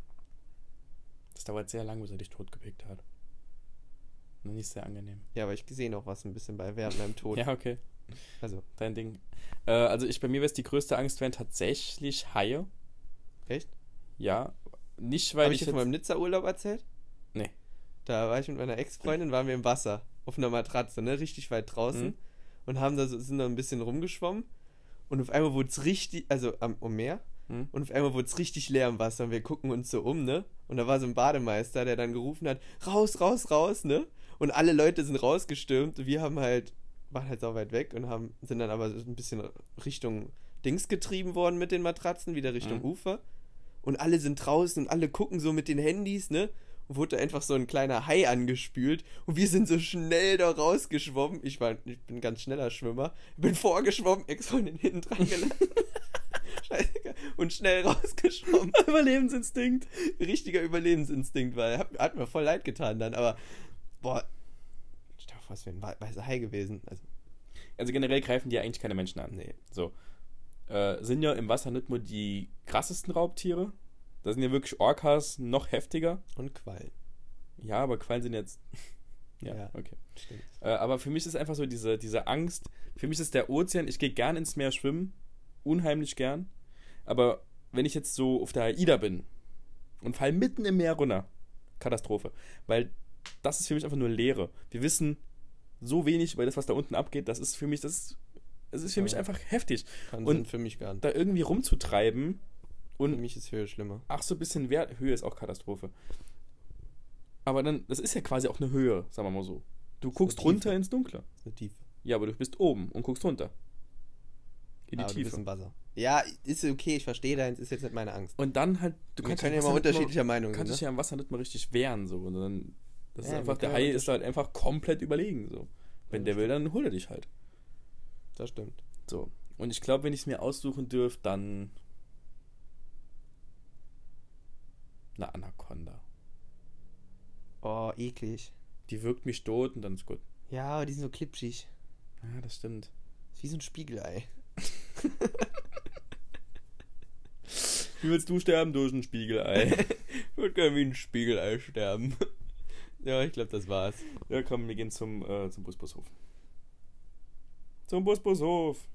[SPEAKER 2] Das dauert sehr lang, bis er dich totgepickt hat. Und Nicht sehr angenehm.
[SPEAKER 3] Ja, aber ich sehe noch was ein bisschen bei während meinem Tod.
[SPEAKER 2] Ja, okay.
[SPEAKER 3] Also,
[SPEAKER 2] Dein Ding. Äh, also ich bei mir wäre es die größte Angst wären tatsächlich Haie.
[SPEAKER 3] echt?
[SPEAKER 2] Ja. Nicht, weil
[SPEAKER 3] Habe ich
[SPEAKER 2] ich
[SPEAKER 3] dir von
[SPEAKER 2] jetzt,
[SPEAKER 3] meinem Nizza-Urlaub erzählt?
[SPEAKER 2] Nee.
[SPEAKER 3] Da war ich mit meiner Ex-Freundin, waren wir im Wasser, auf einer Matratze, ne, richtig weit draußen
[SPEAKER 2] Mhm.
[SPEAKER 3] und haben da so, sind da ein bisschen rumgeschwommen und auf einmal wurde es richtig, also am um Meer
[SPEAKER 2] Mhm.
[SPEAKER 3] und auf einmal wurde es richtig leer im Wasser und wir gucken uns so um, ne, und da war so ein Bademeister, der dann gerufen hat, raus, raus, raus, ne, und alle Leute sind rausgestürmt und wir haben halt, waren halt so weit weg und haben, sind dann aber so ein bisschen Richtung Dings getrieben worden mit den Matratzen, wieder Richtung
[SPEAKER 2] Mhm.
[SPEAKER 3] Ufer und alle sind draußen und alle gucken so mit den Handys, ne, und wurde einfach so ein kleiner Hai angespült und wir sind so schnell da rausgeschwommen.
[SPEAKER 2] [laughs]
[SPEAKER 3] Ich war, ich bin ein ganz schneller Schwimmer, bin vorgeschwommen, ex von den hinten dran gelandet. Scheißegal. Und schnell rausgeschoben.
[SPEAKER 2] Überlebensinstinkt.
[SPEAKER 3] Richtiger Überlebensinstinkt, weil hat, hat mir voll leid getan dann, aber boah, stell dir vor, es wäre ein wei- weißer Hai gewesen. Also,
[SPEAKER 2] Also generell greifen die ja eigentlich keine Menschen an.
[SPEAKER 3] nee.
[SPEAKER 2] So. Äh, sind ja im Wasser nicht nur die krassesten Raubtiere. Da sind ja wirklich Orcas noch heftiger.
[SPEAKER 3] Und Quallen.
[SPEAKER 2] Ja, aber Quallen sind jetzt. [laughs] Ja,
[SPEAKER 3] Ja.
[SPEAKER 2] okay.
[SPEAKER 3] Stimmt.
[SPEAKER 2] Äh, aber für mich ist einfach so diese, diese Angst. Für mich ist der Ozean, ich gehe gern ins Meer schwimmen. Unheimlich gern. Aber wenn ich jetzt so auf der AIDA bin und fall mitten im Meer runter, Katastrophe. Weil das ist für mich einfach nur Leere. Wir wissen so wenig über das, was da unten abgeht. Das ist für mich, das, das ist für mich
[SPEAKER 3] Ja.
[SPEAKER 2] einfach heftig.
[SPEAKER 3] Kann
[SPEAKER 2] Und-
[SPEAKER 3] Sinn für mich gar nicht.
[SPEAKER 2] da irgendwie rumzutreiben
[SPEAKER 3] Für
[SPEAKER 2] und
[SPEAKER 3] mich ist Höhe schlimmer.
[SPEAKER 2] ach so ein bisschen Wert, Höhe ist auch Katastrophe. Aber dann, das ist ja quasi auch eine Höhe, sagen wir mal so. Du
[SPEAKER 3] ist
[SPEAKER 2] guckst
[SPEAKER 3] eine Tiefe.
[SPEAKER 2] runter ins Dunkle.
[SPEAKER 3] Das ist eine Tiefe.
[SPEAKER 2] Ja, aber du bist oben und guckst runter. In die
[SPEAKER 3] aber Ah, du bist
[SPEAKER 2] Tiefe.
[SPEAKER 3] im Wasser. Ja, ist okay, ich verstehe deins, ist jetzt nicht meine Angst.
[SPEAKER 2] Und dann halt, du
[SPEAKER 3] Wir
[SPEAKER 2] kannst
[SPEAKER 3] können
[SPEAKER 2] dich
[SPEAKER 3] ja mal
[SPEAKER 2] im Wasser nicht
[SPEAKER 3] unterschiedlicher Meinung
[SPEAKER 2] Du
[SPEAKER 3] sein.
[SPEAKER 2] kannst dich
[SPEAKER 3] Ne?
[SPEAKER 2] ja im Wasser nicht mal richtig wehren, so. Sondern das ist
[SPEAKER 3] Ja,
[SPEAKER 2] einfach,
[SPEAKER 3] wir können
[SPEAKER 2] der
[SPEAKER 3] ja
[SPEAKER 2] Hai ist halt einfach komplett überlegen, so. Wenn
[SPEAKER 3] Ja,
[SPEAKER 2] der will, dann holt er dich halt.
[SPEAKER 3] Das stimmt.
[SPEAKER 2] So. Und ich glaube, wenn ich es mir aussuchen dürfte, dann. Eine Anaconda.
[SPEAKER 3] Oh, eklig.
[SPEAKER 2] Die wirkt mich tot und dann ist gut.
[SPEAKER 3] Ja, aber die sind so klitschig.
[SPEAKER 2] Ja, das stimmt.
[SPEAKER 3] Ist Wie so ein Spiegelei.
[SPEAKER 2] [laughs] Wie willst du sterben? Durch ein
[SPEAKER 3] [laughs]
[SPEAKER 2] Spiegelei.
[SPEAKER 3] [laughs] Ich würde gerne wie ein Spiegelei sterben. [laughs] ja, ich glaube, das war's.
[SPEAKER 2] ja, komm, wir gehen zum, äh, zum Busbushof. Zum Busbushof.